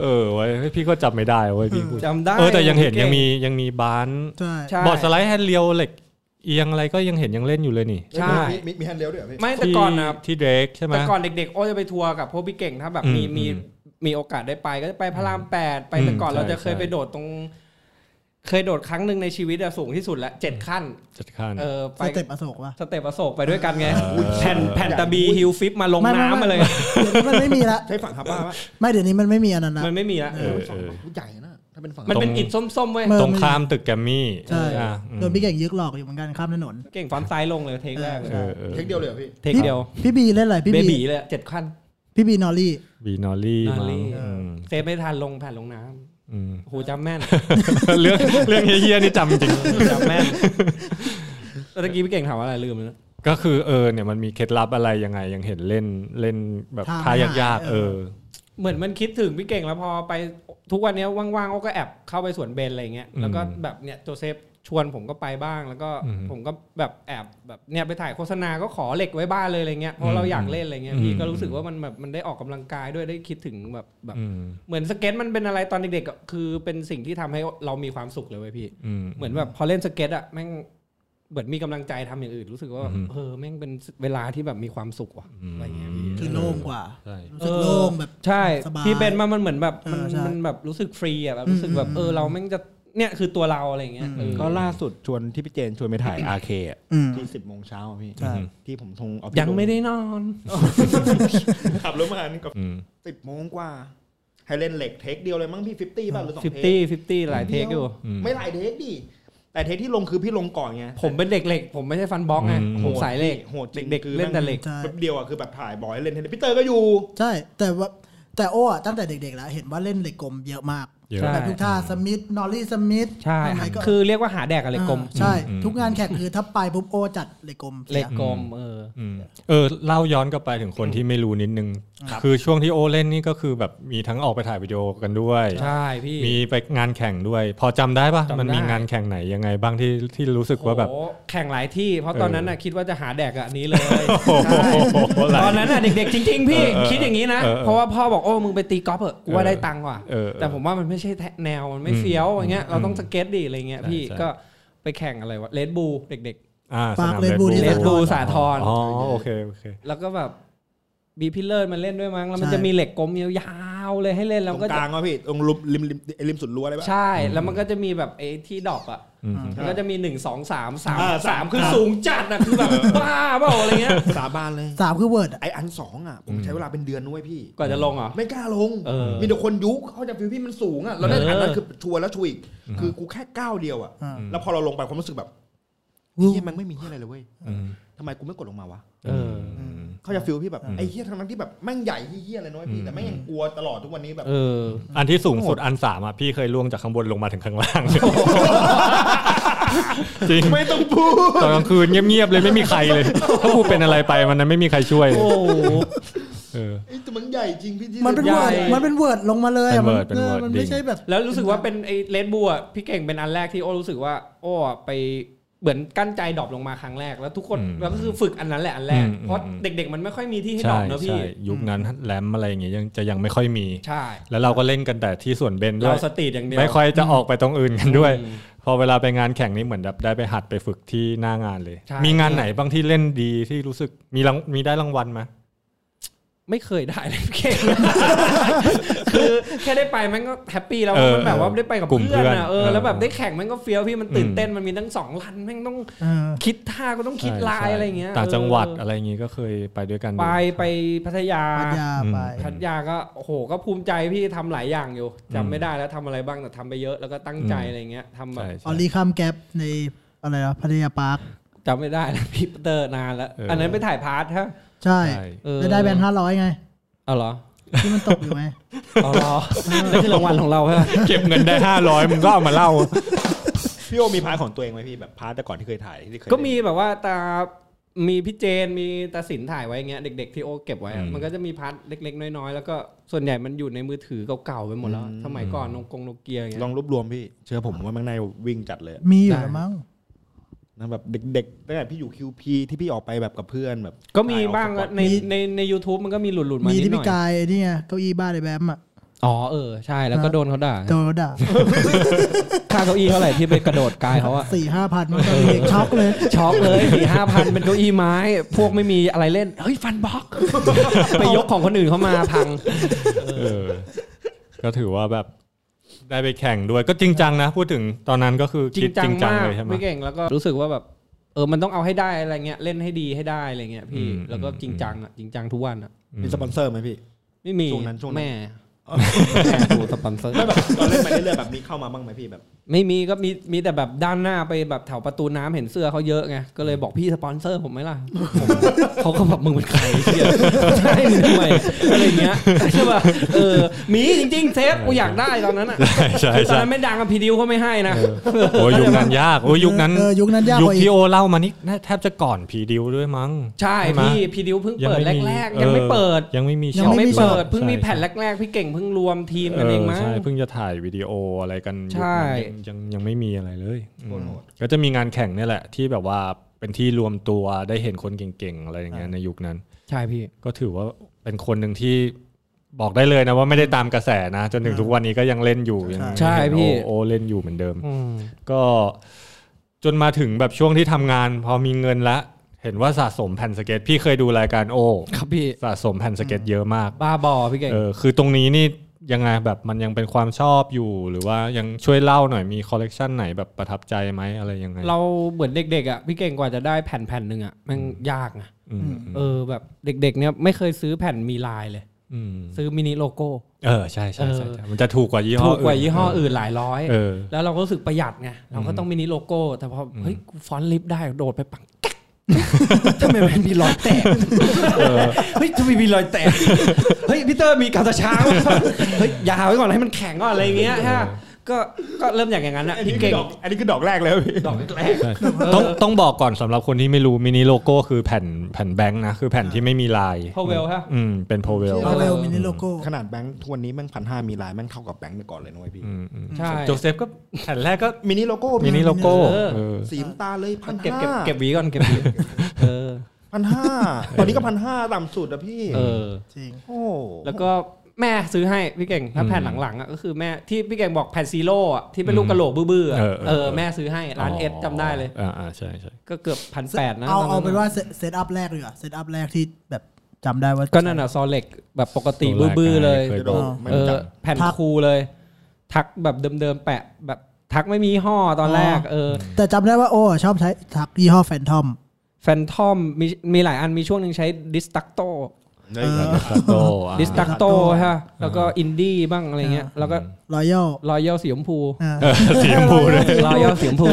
D: เออไว้ยพี่ก็จำไม่ได้เว้ยพี่พูด
E: จำได้
D: เออแต่ยังเห็น
E: ก่
D: ยังมียังมีบาน
F: ใช่
E: ใช่
D: บอร์ดสไลด์แฮนด์เรียวเหล็กเอียงอะไรก็ยังเห็นยังเล่นอยู่เลยนี่
E: ใช่
C: มีมีมีแฮนด์เรลด้วยเหรอพี่
E: ไม่แต่ก่อนนะ
D: ที่ที่เดรกใช่ไหม
E: แต่ก่อนเด็กๆโอ้จะไปทัวร์กับพวกพี่เก่งถ้าแบบ
D: อืม
E: มีมี
D: อืม
E: มีโอกาสได้ไปก็จะไปพระรามแปดไป
D: อืม
E: แต่ก่อน
D: ใช่
E: เราจะเคย
D: ใช่
E: ไปโดดตรง เคยโดดครั้งหนึ่งในชีวิตอะสูงที่สุดละเจ็ดขั้น
D: จัดการ
E: เออไป
F: สเต็ปอโศกว่ะ
E: สเตปอโศกไปด้วยกันไง
D: เออ
E: แผ่นแผ่นตะบีฮิลฟิปมาลงน้ำมาเลย
F: เดี๋ยวนี้มันไม่มีละ
C: ใช่ฝั่งฮับบ้าปะ
F: ไม่เดี๋ยวนี้มันไม่มีอันนั้นละ
E: มันไม่มีละ
D: เออเออ
C: ใหญ่นะ ถ้าเป็นฝั่ง
E: มันเป็น
D: ตรง
E: อิฐส้มๆเว้ย
F: เออ
D: ตรงข้ามตึกแกรมมี่
F: ใช่
D: อ่ะอืม
F: โดนพี่เก่งยึกหลอกอยู่เหมือนกันข้ามถนน
E: เก่งฟอนต์ซ้ายลงเลยเทคแรกเลย
D: เออเออ
C: เทคเดียวเลยเหรอพี่
E: เทคเดียว
F: พี่บีเล่นอะไรพี่
E: เบ
F: บี
E: บีเลยอะเจ็ดขั้น
F: พี่บีนอรี่
D: บีนอลลี่มั้ง
E: Nolly
D: อืม
E: เซฟไม่ทันลงแผ่นลงน้
D: อืม
E: ำโหจำแม่น
D: เรื่องเรื่องเฮี้ยๆนี่จำจริง
E: จำแม่นแล้วตะกี้พี่เก่งถามว่าอะไรลืมแล้วนะ
D: ก็คือเออเนี่ยมันมีเคล็ดลับอะไรยังไง ยังเห็นเล่นเล่นแบบ
F: ท่า
D: ท่ายาก
F: ไม่หาย
D: ๆ เอ
F: เอ
D: อ
F: อ
E: เหมือนมันคิดถึงพี่เก่งแล้วพอไปทุกวันเนี้ยว่างๆก็แอบเข้าไปสวนเบนอะไรอย่างเงี้ย
D: อืม
E: แล้วก็แบบเนี่ยโจเซฟชวนผมก็ไปบ้างแล้วก็
D: อืม
E: ผมก็แบบแอบแบบเนี่ยไปถ่ายโฆษณาก็ขอเหล็กไว้บ้านเลยอะไรเงี้ยเพราะเราอยากเล่นอะไรเงี้ย
D: อืม
E: พี่ก็รู้สึกว่ามันแบบมันได้ออกกำลังกายด้วยได้คิดถึงแบบแบบ
D: อืม
E: เหมือนสเก็ตมันเป็นอะไรตอนเด็กๆอะคือเป็นสิ่งที่ทำให้เรามีความสุขเลยเว้ยพี่
D: อืม
E: เหมือนแบบพอเล่นสเก็ตอะแม่งเหมือนมีกำลังใจทำอย่างอื่น รู้สึกว่า
D: อืม
E: เออแม่งเป็นเวลาที่แบบมีความสุขว่ะอะไรเงี้ยพี่
F: คือโล่งกว่า
D: ใช่
F: รู้สึกโล่งแบบ
E: ใช่
F: สบาย
E: พี่เป็นมามันเหมือนแบบมัน
F: เออใช่
E: มันแบบรู้สึกฟรีอะแบบรู้สึกแบบ
F: อืม
E: เออเราแม่งจะเนี่ยคือตัวเราอะไรเงี้ย
F: อืม
E: เออ
G: ก็ล่าสุดชวนที่พี่เจนชวนไปถ่าย อาเค
F: อืม
G: ที่สิบโมงเช้าอะพี่
F: ใช่
G: ที่ผมทงเอา
E: ยังไม่ได้นอน
C: ขับรถมานี่ก็
D: อืม
G: สิบโมงกว่า
C: ให้เล่นเหล็กเทคเดียวเลยมั้งพี่ฟิฟตี้ป่ะหรือสอง
E: ฟิฟ
C: เทค
E: ตี้ฟิฟตี้หลายเทคอยู่
D: อืม
C: ไม่หลายเทคดิ แต่เทคที่ลงคือพี่ลงก่อนไง
E: ผมเป็นเด็กเหล็ก ผมไม่ใช่ฟันบล็อกไง
D: อืม
E: ผมสายเหล็ก
C: โหดจริง
E: เด็ก
C: คือ
E: ๆ
C: แม่ง
E: เล่นแต่เหล็ก
F: ใช่
C: แป๊บเดียวอ่ะคือแบบถ่ายบอยให้เล่นให้เล่นพี่เตอร์ก็อยู่
F: ใช่ แต่ว่าแต่โอ้อะตั้งแต่เด็กๆแล้ว เห็นว่าเล่นเหล็กกลมเยอะมาก
D: เยอะ
E: ใช่
F: แบบทุกท่าสมิธนอรี่สมิธ
E: ใช่
F: ทำไมก็
E: คือเรียกว่าหาแดกกับเหล็กกลม
F: อ่าใช่
D: อืม
F: ทุกงานแข่งคือถ้าไปปุ๊บโอจัดเหล็กกลมสีย
E: เหล็กกลมเออ
D: อืมเออเล่าย้อนกลับไปถึงคนที่ไม่รู้นิดนึง คือช่วงที่โอเล่นนี่ก็คือแบบมีทั้งออกไปถ่ายวิดีโอกันด้วย
E: ใช่พี่
D: มีไปงานแข่งด้วย พอจำได้ปะ
E: จำได้
D: มันมีงานแข่งไหนยังไงบ้างที่ที่รู้สึกว่าแบบ
E: โอ้โหแข่งหลายที่ เพราะตอนนั้นน่ะคิดว่าจะหาแดกกับอันนี้เลย
D: โอ้โหหลาย
E: ตอนนั้นน่ะเด็กๆจริงๆ พี่
D: เออเออ
E: คิดอย่างนี้นะ
D: เออเออ
E: เพราะว่าพ่อบอกโอ้มึงไปตีกอล์ฟเถอะกูว่าได้ตังค์ว่ะ
D: เออเออ
E: แต่ผมว่ามันไม่ใช่แนวมันไม่เฟี้ยวอย่างเงี้ยเราต้องสเก็ตดิอะไรเงี้ย
D: ใช่
E: พี่
D: ใช่
E: ก็ไปแข่งอะไรวะเลดบูเด็ก
D: อ่าสนาม
F: Park Red
D: Red
F: Bull
D: Bull
F: ที่
E: ๆเลดบูสาทร
D: อ๋อโอเคโอเค
E: แล้วก็แบบบีพิลเลอร์มันเล่นด้วยมั้งแล้วมัน
F: ใช่
E: จะมีเหล็กกลมยาวๆเลยให้เล่น
C: ต
E: แล้
C: ร
E: ว
C: ง
E: ก็
C: ก
E: จะ
C: ลางวะพี่ ตรงลุมริมริมริมสุดรั้วอะไรปะ
E: ใช่แล้วมันก็จะมีแบบไอ้ที่ดรอปอ่ะ
D: อืม
E: มันก็จะมีหนึ่งสองสามสาม
C: อ่า
E: สามคือ
C: สาม
E: สูงจัดนะคือแบบ บ้าเปล่าอะไรเงี้ย
C: สาบานเลย
F: สามคือเวิร์ดอะ
C: ไออันสองอ่ะ ผมใช้เวลาเป็นเดือนด้วยพี่
E: กว่าจะลงเหรอ
C: ไม่กล้าลง
E: เออ
C: มีแต่คนยุคเขาใจะฟิลพี่มันสูงอ่ะ เราได้อันนั้น
E: เออ
C: คือทัวร์แล้วทัวร์อีก คือกูแค่ก้าวเดียวอ่ะ
F: อืม
C: แล้วพอเราลงไปความรู้สึกแบบ
F: วู้
C: เฮียมันไม่มีเฮียอะไรเลยเว้ย
D: อืม
C: ทำไมกูไม่กดลงมาวะ
E: เออ
C: เขาจะฟิลพี่แบบไอ้เฮียทั้งนั้นที่แบบแม่งใหญ่เฮียๆเลยน้อยพี่ แต่แม่งยังกลัวตลอดทุกวันนี้แบบ
E: เออ
D: อันที่สูงสุดอันสามอ่ะพี่เคยล่วงจากข้างบนลงมาถึงข้างล่าง จริง
C: ไม่ต้องพูด
D: ตอนกลางคืนเงียบๆเลยไม่มีใครเลย ถ้ากูเป็นอะไรไปมันนั้นไม่มีใครช่วยเลย
E: โอ้โห
D: เออ
C: ไอ้ตัวมันใหญ่จริงพี่ที่
F: มันเป็น
E: ใหญ่
F: เวิร์ดมันเป็นเวิร์ดลงมาเลยอะ
D: เป็นเวิร์ด
F: มันออ
D: เป็นเวิร์ด
F: มันไม่ใช่แบบ
E: แล้วรู้สึกว่าเป็นไอ้เลดบัวพี่เก่งเป็นอันแรกที่โอ้รู้สึกว่าโอ้อะไปเหมือนกั้นใจดรอปลงมาครั้งแรก แล้วทุกคน
D: อืม
E: แล้วก็คือฝึกอันนั้นแหละอันแรก
D: อืม
E: เพราะ
D: อืม
E: เด็กๆมันไม่ค่อยมีที่ให้ดร
D: ใช่
E: อปนะ
D: ใช่
E: พี่
D: ยุคนั้นแรมอะไรอย่างเงี้ยยังจะยังไม่ค่อยมี
E: ใช่
D: แล้วเราก็เล่นกันแต่ที่ส่วนเบนด้ว
E: เรา
D: ย
E: สตรีทอย่างเดียว
D: ไม่ค่อยจะออกไปตรงอื่นกันด้วย
E: อืม
D: พอเวลาไปงานแข่งนี่เหมือนแบบได้ไปหัดไปฝึกที่หน้างานเลย
E: ใช่
D: มีงานไหนบ้างที่เล่นดีที่รู้สึกมีรางมีได้รางวัลไหม
E: ไม่เคยได้เลยพี่เก่ง คือแค่ได้ไปมันก็แฮปปี้แล้ว
D: เออ
E: มันแบบว่าได้ไปกับ
D: กลุ่ม
E: เพื่อนอะเออ
D: เพื่อน
E: แล้วแบบ
D: เออ
E: ได้แข่งมันก็เฟี้ยวพี่มันตื่น
D: อืม
E: เต้นมันมีทั้งสองรันแม่งต้อง
F: เออ
E: คิดท่าก็ต้องคิด
D: ใช่
E: ลาย
D: ใช่
E: อะไรเงี้ย
D: ต่างจังหวัด
E: เออ
D: อะไรอย่างงี้ก็เคยไปด้วยกันอยู่
E: ไปไปพัทยา
F: ปัญญาไป
E: พัทยาก็โอ้โหก็ภูมิใจพี่ทำหลายอย่างอยู่จำไม่ได้แล้วทำอะไรบ้างแต่ทำไปเยอะแล้วก็ตั้งใจ
D: อืม
E: อะไรเงี้ยทำแบ
D: ใช่
E: บ
F: อ
D: ใช่
F: อลลี่ข้ามแก๊ปในอะไรนะพัทยาปาร์ค
E: จำไม่ได้แล้วพี่เตอร์นานแล้ว
D: เอออั
E: อันนั้นไปถ่ายพาร์ทฮะ
F: ใช่
D: ใช่
E: เออ
F: แล้วได้แบนห้าร้อยไง
E: เอาเหรอ
F: ที่มันตกอยู่ไหม
E: เอาเหรอนั่นคือรางวัลของเราใช่ไหม
D: เก็บเงินได้ห้าร้อยมึงก็เอามาเล่า
G: พี่โอมีพาร์ทของตัวเองไหมพี่แบบพาร์ทแต่ก่อนที่เคยถ่ายที่เคย
E: ก็มีแบบว่าตามีพี่เจนมีตาสินถ่ายไว้เงี้ยเด็ก ๆ ที่โอเก็บไว้อะ
D: อืม
E: มันก็จะมีพาร์ทเล็ก ๆ น้อยๆแล้วก็ส่วนใหญ่มันอยู่ในมือถือเก่าๆไปหมดแล้วสมัยก่อนนงกงโนเกียเงี้ย
G: ลองรวบรวมพี่ เชื่อผมว่ามังในวิ่งจัดเลย
F: มีอยู่
E: ได้
F: แล้วมั้ง
G: นะแบบเด็กๆตั้งแต่พี่อยู่คิวพีที่พี่ออกไปแบบกับเพื่อนแบบ
E: ก็มีบ้าง
G: ถ่ยออกสปอต
E: ในในใน YouTube มันก็มีหลุดๆมา
F: มี
E: นิด
F: ที่
E: หน่
F: พี่
E: อย
F: กายไอ้นี่ไงเก้าอี้บ้านไอ้แบมอ่ะ
E: อ๋อเออใช่แล้วก็โดนเขาด่า
F: โดนด่า
E: ค่าเก้าอี้เท่าไหร่ที่ไปกระโดดกายเขาอะ
F: สี่ห้าพันมันตอนเด็กช็อกเลย
E: ช็อกเลยสี่ห้าพันเป็นเก้าอี้ไม้ พวกไม่มีอะไรเล่น เฮ้ยฟันบล็อก ไปยกของคนอื่นเข้ามาพัง
D: เออ ก็ถือว่าแบบได้ไปแข่งด้วยก็จริงจังนะ พูดถึงตอนนั้นก็คือ
E: จริ
D: คิด
E: งจั
D: จ
E: ง
D: ริงจัง
E: มาก
D: เลยใช่ไหม
E: ไม่เก่งแล้วก็รู้สึกว่าแบบ เออมันต้องเอาให้ได้อะไรเงี้ยเล่นให้ดีให้ได้อะไรเงี้ยพี่
D: อืม
E: แล้วก็จริงจังอะจริงจังทุกวันอะ
G: มีสปอนเซอร์ไหมพี่
E: ไม่มี
G: ช่วงนั้นช่วงนั้น
E: แม่แม่ดูสปอนเซอร์
G: ไม่แบบตอนเล่นไปเรื่อยๆแบบมีเข้ามาบ้างไหมพี่แบบ
E: ไม่มีก็มีมีแต่แบบด้านหน้าไปแบบแถวประตูน้ำเห็นเสื้อเขาเยอะไงก็เลยบอกพี่สปอนเซอร์ผมไหมล่ะผมเขาก็แบบมึงเป็นใครเหี้ยใช่มึงทำไมอะไรเงี้ ยใช่ป่ะเออมีจริงๆเซฟกูอยากได้ตอนนั้นอะ
D: ใช่ใช่
E: คือตอน
D: ใช่
E: นั้นไม่ดังอะพีดิวเขาไม่ให้นะ
D: โอ้ยยุคนั้นยากโอ้ยยุคนั้น
F: เออยุคนั้นยาก
D: ยุ
F: ก
D: ค
F: ว่าอีก
D: ที่โอเล่ามานี่น่าแทบจะก่อนพีดิวด้วยมั้ง
E: ใช่
D: ไหม
E: พี่พีดิวเพิ่ง
D: ยัง
E: เปิด
D: ไม่มี
E: แรกๆ ยังไม่เปิด
D: ออยังไม่มี
F: ยัง
D: ช่อง
E: ไม่
D: ปิ
E: เปิดเพิ่งมี
D: ใช่
E: แผ่นแรกๆ พี่เก่งเพิ่งรวมทีมกันเองมั้ง
D: ใช่เพิ่งจะถ่ายวิดีโออะไรกัน
E: ใช่
D: ยุคนั้นยังยังยังไม่มีอะไรเลยอืมก็จะมีงานแข่งเนี่ยแหละ ที่แบบว่าเป็นที่รวมตัวได้เห็นคนเก่งๆอะไรอย่างเงี้ยในยุคนั้น
E: ใช่พี่
D: ก็ถือว่าเป็นคนหนึ่งที่บอกได้เลยนะว่าไม่ได้ตามกระแสนะ จนถึงทุกวันนี้ก็ยังเล่นอยู่ยัง
E: ใช่
D: เห็น
E: พี่
D: โอโอเล่นอยู่เหมือนเดิม ก็จนมาถึงแบบช่วงที่ทำงาน พอมีเงินละเห็นว่าสะสมแผ่นสเก็ต พี่เคยดูรายการโอ
E: ครับพี่
D: สะสมแผ่นสเก็ตเยอะมาก
E: บ้าบอพี่เก่ง
D: เออคือตรงนี้นี่ยังไงแบบมันยังเป็นความชอบอยู่ หรือว่ายังช่วยเล่าหน่อยมีคอลเลกชันไหนแบบประทับใจไหมอะไรยังไง
E: เราเหมือนเด็กๆอ่ะพี่เก่งกว่าจะได้แผ่นแผ่นๆหนึ่งอ่ะมันยากนะ
D: อืม
E: เออแบบเด็กๆ เนี่ยไม่เคยซื้อแผ่นมีลายเลย
D: อืม
E: ซื้อมินิโลโก้
D: เออใช่ใช่ใช่
E: เออ
D: ใช่มันจะถูกกว่ายี่ห้อ
E: ถูกกว่ายี่ห้อ
D: เ
E: อื่นหลายร้อย
D: เออ
E: แล้วเราก็รู้สึกประหยัดไงเราก็ต้องมินิโลโก้ แต่พอเฮ้ยกูฟอนต์ลิฟต์ได้โดดไปปังแก๊กทำไมมันมีรอยแต กเฮ้ยทำไมมีรอยแตกเฮ้ยพีเตอร์มีกาวตาช้ างวะเฮ้ยอยาหาไว้ก่อนให้มันแข็งก่อนอะไรอย่างเงี้ยฮะก็ก็เริ่มอย่างอย่างนั้นอะ
G: อันนี้
E: พี่
G: คือ
E: เก่ง
G: ดอกอันนี้คือดอกแรกเลยพี่
E: ดอกแรก
D: ใช่ต้องต้องบอกก่อนสำหรับคนที่ไม่รู้มินิโลโก้คือแผ่นแผ่นแบงค์นะ คือแผ่นที่ไม่มีลาย
E: Powell ฮะ
D: อืมเป็นโพเวล
F: ชื่อเร็วมินิโลโก้
G: ขนาดแบงค์ทุกวันนี้แม่งพันห้ามีลายแม่งเท่ากับแบงค์เมื่อก่อนเลยนะเว้ยพี่
E: ใช่
D: โจเซฟก็แผ่นแรกก็
G: มินิโลโก้
D: มิ
G: พี่
D: นิโลโก้
E: เออ
D: เออ
G: สีน้ำตาลเลยพัน
E: เก็บ
G: ห้า
E: เก็บเก็บหวีก่อนเก็บหวีเออ
G: พันห้าตอนนี้ก็พันห้าต่ำสุดอะพี่
E: เออ
F: จริง
G: โอ้
E: แล้วก็แม่ซื้อให้พี่เก่งถ้าแผ่นหลังๆอะก็คือแม่ที่พี่เก่งบอกแผ่นซีโร่อะที่เป็นลูกกระโหลกบื้อๆอะเออแม่ซื้อให้ร้านเอสจำได้เลย
D: อ่าอ่าใช่ใช่
E: ก็เกือบพันแปดนะ
F: เอา
E: ต
F: เอา
E: อะ
F: เป็นว่าเซตอัพแรกเลยอ่ะเซตอัพแรกที่แบบจำได้ว่า
E: ก็นั่นอ่ะซอเล็กแบบปกติบื้อๆเลย
D: ค
G: เดี๋ยวโดน
D: บอก
G: ไม่
E: เอ
G: รู้
E: อ
G: จัก
E: แผ่น
F: ทัก
E: ครูเลย ทักแบบเดิมๆแปะแบบทักไม่มีห่อตอนแรกเออ
F: แต่จำได้ว่าโอ้ชอบใช้ทักยี่ห้อแฟนทอม
E: แฟนทอมมีมีหลายอันมีช่วงหนึ่งใช้ดิสตักโต
G: เฮ้ย
F: เออ
D: ตัดโต อ่ะ
E: ดิสตักโตฮะแล้วก็อินดี้บ้างอะไรเงี้ยแล้วก็
F: รอยัล
E: รอยเยลสีชมพู
D: เออสีชมพูเลย
E: รอยเยล สีชมพู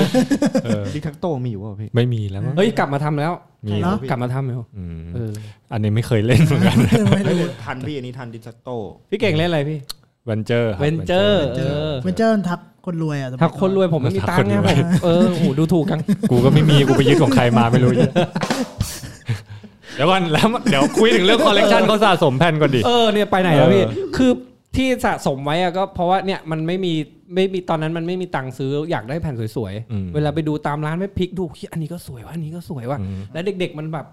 D: เออ
G: ดิทักโตมีอยู่เปล่ะพี่
D: ไม่มีแล้วมั้ง
E: เฮ้ยกลับมาทำแล้ว
D: มี
F: เนาะ
E: กลับมาทำแล้ว
D: อืม
E: เออ
D: อันนี้ไม่เคยเล่นเหมือนกัน
F: ไม่รู้
G: ทันพี่อันนี้ทันดิทักโต
E: พี่เก่งเล่นอะไรพี่
D: เวนเจอร์
E: เวนเจอร์เออ
F: เวนเจอร์ทักคนรวยอ่ะสมัย
E: ถ้าคนรวยผมไม่มีตังค์นะผมเออโหดูถูกกัน
D: กูก็ไม่มี กูไปยึดของใครมาไม่รู้ เดี๋ยวก่อนแล้วเดี๋ยวคุยถึงเรื่องคอลเลกชันเขาสะสมแผ่นก่อนดิ
E: เออเนี่ยไปไหนแล้ว
D: เออ
E: พี่ คือที่สะสมไว้อะก็เพราะว่าเนี่ยมันไม่มีไม่มีตอนนั้นมันไม่มีตังค์ซื้ออยากได้แผ่นสวยๆ เวลาไปดูตามร้านไม่พลิกดูเฮ้ยอันนี้ก็สวยว่ะอันนี้ก็สวยว่ะแล้วเด็กๆมันแบบ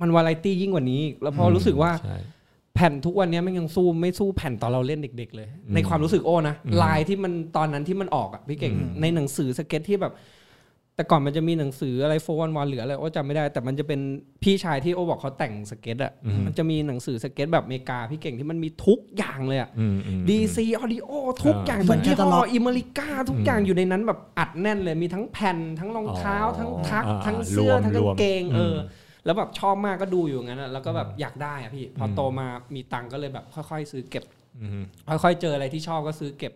E: มันวาไรตี้ยิ่งกว่านี้อีกแล้วพอรู้สึกว่า
D: ใช่
E: แผ่นทุกวันเนี้ยมันยังสู้ไม่สู้แผ่นตอนเราเล่นเด็ก ๆ เลย ในความรู้สึกโอ้นะลายที่มันตอนนั้นที่มันออกอ่ะพี่เก่งในหนังสือสเก็ตที่แบบ แต่ก่อนมันจะมีหนังสืออะไรโฟวันวันหรืออะไรโอ้จำไม่ได้ แต่มันจะเป็นพี่ชายที่โอ้บอกเขาแต่งสเก็ตอ่ะมันจะมีหนังสือสเก็ตแบบอเมริกาพี่เก่งที่มันมีทุกอย่างเลยอ่ะ
D: อืมอืม
E: ดีซีออดิโอทุกอย่าง
F: เหมือน
E: ทุกยี่ห้อ
F: catalog
E: อิมริกาทุกอย่างอยู่ในนั้นแบบอัดแน่นเลยมีทั้งแผ่นทั้งรองเท้า
D: อ๋อ
E: ทั้งทัก
D: อ่า
E: ทั้งเสื้อ
D: รวม
E: ทั้งกางเกง
D: รวม
E: เอออแล้วแบบชอบมากก็ดูอยู่อย่างนั้นอะแล้วก็แบบอยากได้อะพี่พอโตมามีตังค์ก็เลยแบบค่อยๆ ซื้อเก็บ ค่อยๆเจออะไรที่ชอบก็ซื้อเก็บ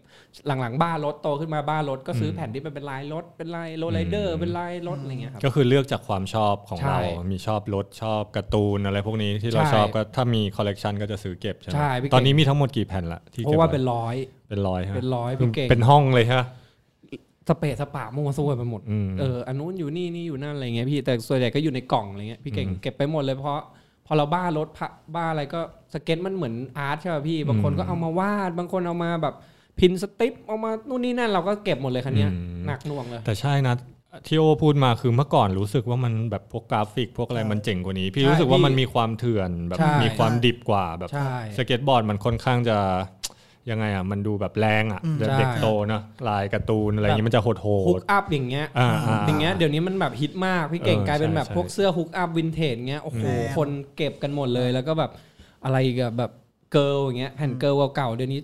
E: หลังๆ บ้านรถโตขึ้นมาบ้านรถก็ซื้ออ
D: ม
E: แผ่นที่มันเป็นลายรถเป็นลายโรลไรเดอร์เป็นลายรถอะไรเงี้ยครับ
D: ก็คือเลือกจากความชอบของ
E: ใช่
D: เรา มีชอบรถชอบการ์ตูนอะไรพวกนี้ที่เรา
E: ใช่
D: ชอบก็ถ้ามีคอลเลกชันก็จะซื้อเก็บใช่ไหม
E: ใช่พี่เก่ง
D: ตอนนี้มีทั้งหมดกี่แผ่นละที่
E: เพ
D: เก็บ
E: ราะว่า
D: ไว้
E: เป็นร้อย
D: เป็นร้อยฮะ
E: เป็นร้อยพี่เก่ง
D: เป็นห้องเลยฮะ
E: สเปซสปามั่วซั่วไปหมด
D: อืม
E: เออ อันนู้นอยู่นี่นี่อยู่นั่นอะไรเงี้ยพี่ แต่ส่วนใหญ่ก็อยู่ในกล่องอะไรเงี้ยพี่เก่ง
D: อืม
E: เก็บไปหมดเลยเพราะพอเราบ้ารถพะบ้าอะไรก็สเก็ตมันเหมือนอาร์ตใช่ป่ะพี่ บางคน
D: อืม
E: ก็เอามาวาด บางคนเอามาแบบพินสติปเอามานู่นนี่นั่นเราก็เก็บหมดเลยคันเนี้ย
D: อืม
E: หนักหน่วงเลย
D: แต่ใช่นะที่โอพูดมาคือเมื่อก่อนรู้สึกว่ามันแบบพวกกราฟิกพวกอะไรมันเจ๋งกว่านี้ พี่
E: ใช่
D: รู้สึกว่า
E: พี่
D: มันมีความเถื่อนแบบ
E: ใช่
D: มีความดิบกว่าแบบ
E: ใช่
D: สเก็ตบอร์ดมันค่อนข้างจะยังไงอ่ะมันดูแบบแรงอ่ะ
F: อืม
D: เด็ก
E: ใช่
D: โตนะลายการ์ตูนอะไรอย่างนี้มันจะโหดโห
E: ฮุก
D: ด
E: อัพอย่างเงี้ย
D: อ่าอ่า
E: อย่างเงี้ยเดี๋ยวนี้มันแบบฮิตมากพี่เก่ง
D: เออก
E: ลายเป็นแบบ
D: ใช่
E: พวกเสื้อฮุกอัพวินเทจเงี้ยโอ้โห
F: แพง
E: คนเก็บกันหมดเลยแล้วก็แบบอะไรอีกับแบบเกิร์ลอย่างเงี้ยแผ่นเกิร์ลเก่าๆเดี๋ยวนี้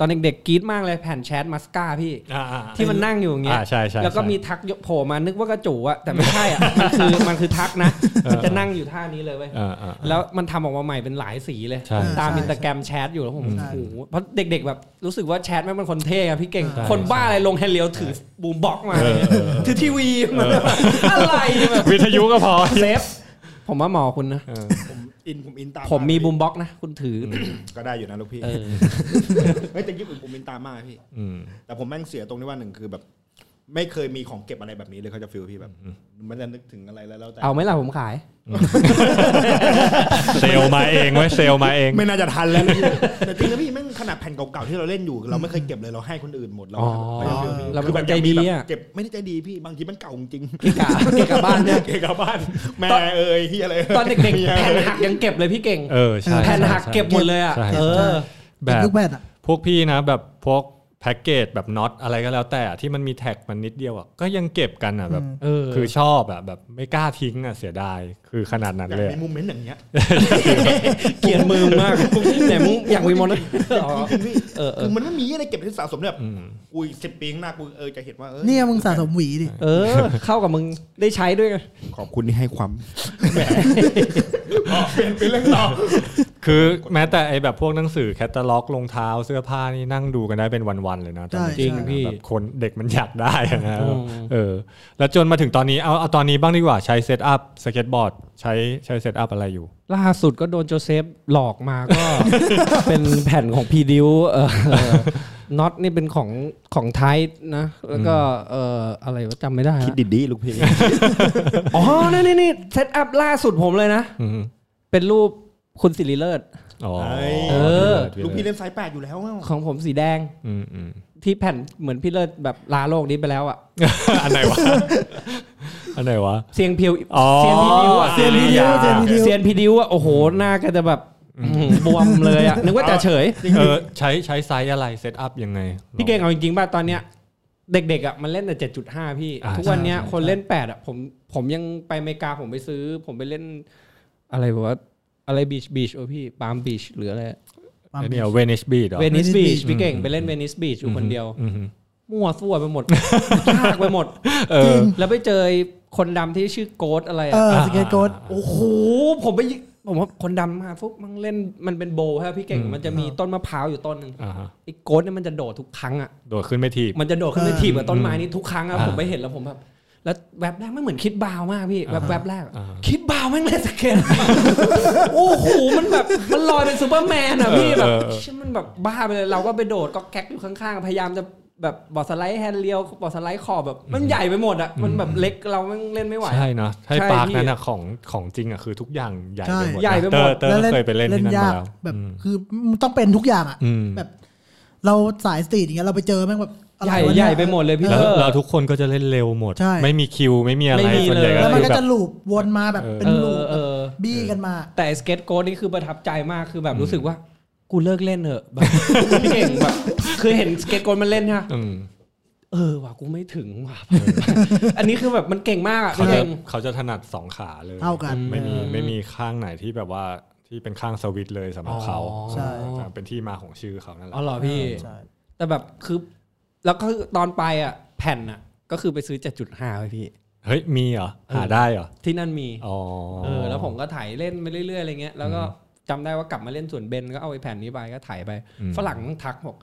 E: ตอนเด็กๆกรี๊ดมากเลยแผ่นแชทมัสกาพี่
D: าอ่า
E: ที่มันนั่งอยู่อย่างเงี้ย
D: อ่าใช่ใช่
E: แล้วก็
D: ใช่
E: มีทักยกโผล่มานึกว่ากระจูอะแต่ไม่ใช่อะ มันคือมันคือทักนะ มันจะนั่งอยู่ท่านี้เลยเว้ย
D: อ่าอ่าอ่า
E: แล้วมันทำออกมาใหม่เป็นหลายสีเลย
D: ใช่
E: ตาม
F: ใช่
E: อินสตาแกรมแชทอยู่แล้วผม
F: ใช่
E: โอ้โหเพราะเด็กๆแบบรู้สึกว่าแชทแม่งเป็นคนเท่อะพี่เก่ง
D: ใช่
E: คนบ้าอะไรลงแฮนด์เรียวถือบูมบ็อกซ์มา
D: เออเออเออ
E: ถือทีวีมาอะไรแบบ
D: วิทยุก็ พอ
E: เซฟ ผมว่าเหมอคุณนะ
C: ผมอินผมอินตาม
E: ผม
C: า
E: มี
C: กเลย
E: บูมบ็อกซ์นะ คุณถือ
G: ก็ได้อยู่นะลูกพี่
E: เออ
G: เฮ้ยแต่ญี่ปุ่นผมอินตามมากพี่
D: อืม
G: แต่ผมแม่งเสียตรงที่ว่าหนึ่งคือแบบ ไม่เคยมีของเก็บอะไรแบบนี้เลยเขาจะฟิลพี่แบบ มันจะนึกถึงอะไรแล้วแล้วแต่
E: เอาไหมล่ะผมขาย
D: เซลล์มาเองไว้ยเซลล์มาเอง
G: ไม่น่าจะทันแล้วพี่ แต่จริงนะพี่แม่งขนาดแผ่นเก่าๆที่เราเล่นอยู่เราไม่เคยเก็บเลยเราให้คนอื่นหมดเรา
E: อ๋อเราเป็นคนใจดีอะ
G: เก็บไม่ได้ใจดีพี่บางทีมันเก่าจริง
E: พี่กาพี่กาบ้านเนี่ย
G: เก็บกลับบ้านแม่เอ้ยที่อะไร
E: ตอนเด็กๆแผ่นหักยังเก็บเลยพี่เก่ง
D: เออ ใช่
E: แผ่น
D: ใช่
E: หัก
D: ใช่
E: เก็บหมดเลยอ่ะ
D: ใช่
E: เออ
D: แบ
F: เป็น
D: บ
F: ลูกแพทย์อ่ะ
D: พวกพี่นะแบบพวกแพ็กเกจแบบน็อตอะไรก็แล้วแต่ที่มันมีแท็กมันนิดเดียวอ่ะก็ยังเก็บกันอ่ะแบบ
E: เออ
D: คือชอบอ่ะแบบไม่กล้าทิ้งอ่ะเสียดายคือขนาดนั้น
G: อยาก
D: เลย
G: มี
D: อะ
G: โมเมนต์อย่างเงี้ย
E: เกลียดมือมาก ไหนมึงอยากมีมอนต์นะอ๋อ
G: พี่
E: เออเออ
G: คือมันไม่มีอะไรเก็บที่สะสมเนี่ยแบบ
D: อืม
G: อุ้ยสิบปีข้างหน้ากูเออจะเห็นว่าเออ
F: เนี่ยมึงสะสมหวีดิ
E: เออ เข้ากับมึงได้ใช้ด้วยไง
G: ขอบคุณที่ให้ความ
C: เป็นเป็นเรื่องต่อ
D: คือแม้แต่ไอแบบพวกหนังสือแคตตาล็อกรองเท้าเสื้อผ้านี่นั่งดูกันได้เป็นวันๆเลยนะตอนนี้
F: ใช่จริงพี่
D: แบบคนเด็กมันอยากได้อะนะ
E: อืม
D: เออ แล้วจนมาถึงตอนนี้เอาเอาตอนนี้บ้างดีกว่าใช้เซตอัพสเก็ตบอร์ดใช้ใช้เซตอัพอะไรอยู่
E: ล่าสุดก็โดนโจเซฟหลอกมา ก็ เป็นแผ่นของพีดิวเอ อน็อตนี่เป็นของของไทป์นะ แล้วก็เอออะไรวะจำไม่ได้ละ
G: คิดดีๆลูกพี่
E: อ๋อนี่นี่นี่เซตอัพล่าสุดผมเลยนะ
D: อืม
E: เป็นรูปคุณสิริเลิศ
D: อ๋อ
G: เอ
E: อ
G: ลูกพี่เล่นสายแปดอยู่แล้วอะ
E: ของผมสีแดง
D: อืมอืม
E: ที่แผ่นเหมือนพี่เลิศแบบลาโลกนี้ไปแล้วอ่ะ
D: อันไหนวะ อันไหนวะ
E: เสียงเพียว
D: อ๋อ
E: เสียงพีดิวอะ
D: เสียงพีดิว
E: เสียงพีดิวเสียงพีดิวอะโอ้โหหน้าก็จะแบบบวมเลยอะนึกว่าจะเฉย
D: เออใช้ใช้ไซส์อะไรเซตอัพยังไง
E: พี่เก่งเอาจริงๆป่ะตอนเนี้ย เด็กๆอะมันเล่นแต่ 7.5 พี่
D: อ่า
E: ทุกวันเนี้ย
D: ใช่ใช่
E: คนเล่น 8อะผมผมยังไปอเมริกาผมไปซื้อ ผมไปเล่น อะไรแบบว่าอะไรบีชบีชโอ้พี่ปาล์มบีชหรืออะไร
D: ไอ้เนี่ยเวนิสบีดหรอ
E: เวนิส
F: Venice
E: บีช
F: Beach
E: พี่เก่งไปเล่นเวนิสบีชอยู่คนเดียว
D: อือหือ
E: มั่วซั่ว ไปหมด ยากไปหมด
D: เออ
E: แล้วไปเจอไอ้คนดำที่ชื่อโกดอะไรอะ
F: เออสเก็ตโกด
E: โอ้โห ผมไปยิผมว่าคนดำมาปุ๊บมันเล่นมันเป็นโบว์ฮะพี่เก่ง
D: อืม
E: มันจะมีต้นมะพร้าวอยู่ต้นหนึ่ง
D: อ่าฮะ
E: ไอ้โกดเนี่ยมันจะโดดทุกครั้งอ่ะ
D: โดดขึ้นไม่ทีบ
E: มันจะโดดขึ้นไป
F: เออ
E: ถีบกับต้นไม้นี้ทุกครั้งอ่ะ
D: อ่า
E: ผมไปเห็นแล้วผมแบบ แล้วแวบแรกไม่เหมือนคิดบาวมากพี่ แวบแวบแรกอะ
D: อ่าฮะ
E: คิดบาวแม่งเล่น สเก็ต โอ้โห มันแบบมันลอยเป็นซูเปอร์แมนอ่ะพี่
D: เออ
E: แบบ
D: เออ
E: เชี่ยมันแบบบ้าไปเลยเราก็ไปโดดก็แก๊กอยู่ข้างๆ พยายามจะแบบบอร์ดสไลด์แฮนด์เลียวบอร์ดสไลด์ขอบแบบมันใหญ่ไปหมดอ่ะมันแบบเล็กเราแม่งเล่นไม่ไหว
D: ใช่นะให้
E: ใช่
D: ปาร์ค
E: พี่
D: นั้นอะของของจริงอะคือทุกอย่างใหญ่ไปหมดนะ
E: ใช่ใหญ่ไปหมด
D: เตอร์เตอร์ก็เคยไปเล่นที่นั่
F: ยาม
D: นาก แล้ว
F: แบบ
D: อืม
F: คือมึงต้องเป็นทุกอย่างอ่ะ
D: อืม
F: แบบ เราสายสตรีทอย่างเงี้ยเราไปเจอแม่งแบบอะไร
E: ใหญ่
F: วะเนี่ย
E: ใหญ่ไปหมดเลยพี่
D: แล้ว
E: เตอร์
D: เราทุกคนก็จะเล่นเร็วหมด
F: ใช่
D: ไม่มีคิวไม่มีอะไร
E: ไม่มี
D: ส่วนใหญ่
E: เลย
D: ก็
F: แล้วมันก็
D: คือแบ
F: จะ
D: บ
F: ลูปวนมาแบบเป็น
E: เอ
F: ลู
E: อ
F: ป
E: เออ
F: บี้กันมา
E: แต่สเก็ตโกดนี่คือประทับใจมากคือแบบรู้สึกว่า กูเลิกเล่นเถอะแบบ พี่เก่งแบบเคยเห็นสเก็ตโกดมันเล่นใช่ไหม
D: อืม
E: เออว่ะกูไม่ถึงว่ะ อันนี้คือแบบมันเก่งมากอะ
D: เขา
E: พี่
D: จะ
E: เก่ง
D: เขาจะถนัดสองขาเลย
F: เท่ากัน
D: ไม่มี
E: อืม
D: ไม่มีข้างไหนที่แบบว่าที่เป็นข้างสวิตช์เลยสำหรับเขา
F: ใช่
D: เป็นที่มาของชื่อเขานั่นแหละ
E: อ๋อเหรอพี่
F: ใช่
E: แต่แบบคือแล้วก็ตอนไปอ่ะแผ่นอ่ะ ก็คือไปซื้อ 7.5ไปพี่
D: เฮ้ย มีเหรอ หาได้เหรอ
E: ที่นั่นมี
D: อ๋อ
E: เออแล้วผมก็ถ่ายเล่นไปเรื่อยๆอะไรเงี้ยแล้วก็จำได้ว่ากลับมาเล่นส่วนเบนก็เอาไอ้แผ่นนี้ไปก็ถ่ายไป
D: อืม
E: ฝรั่งทักบอก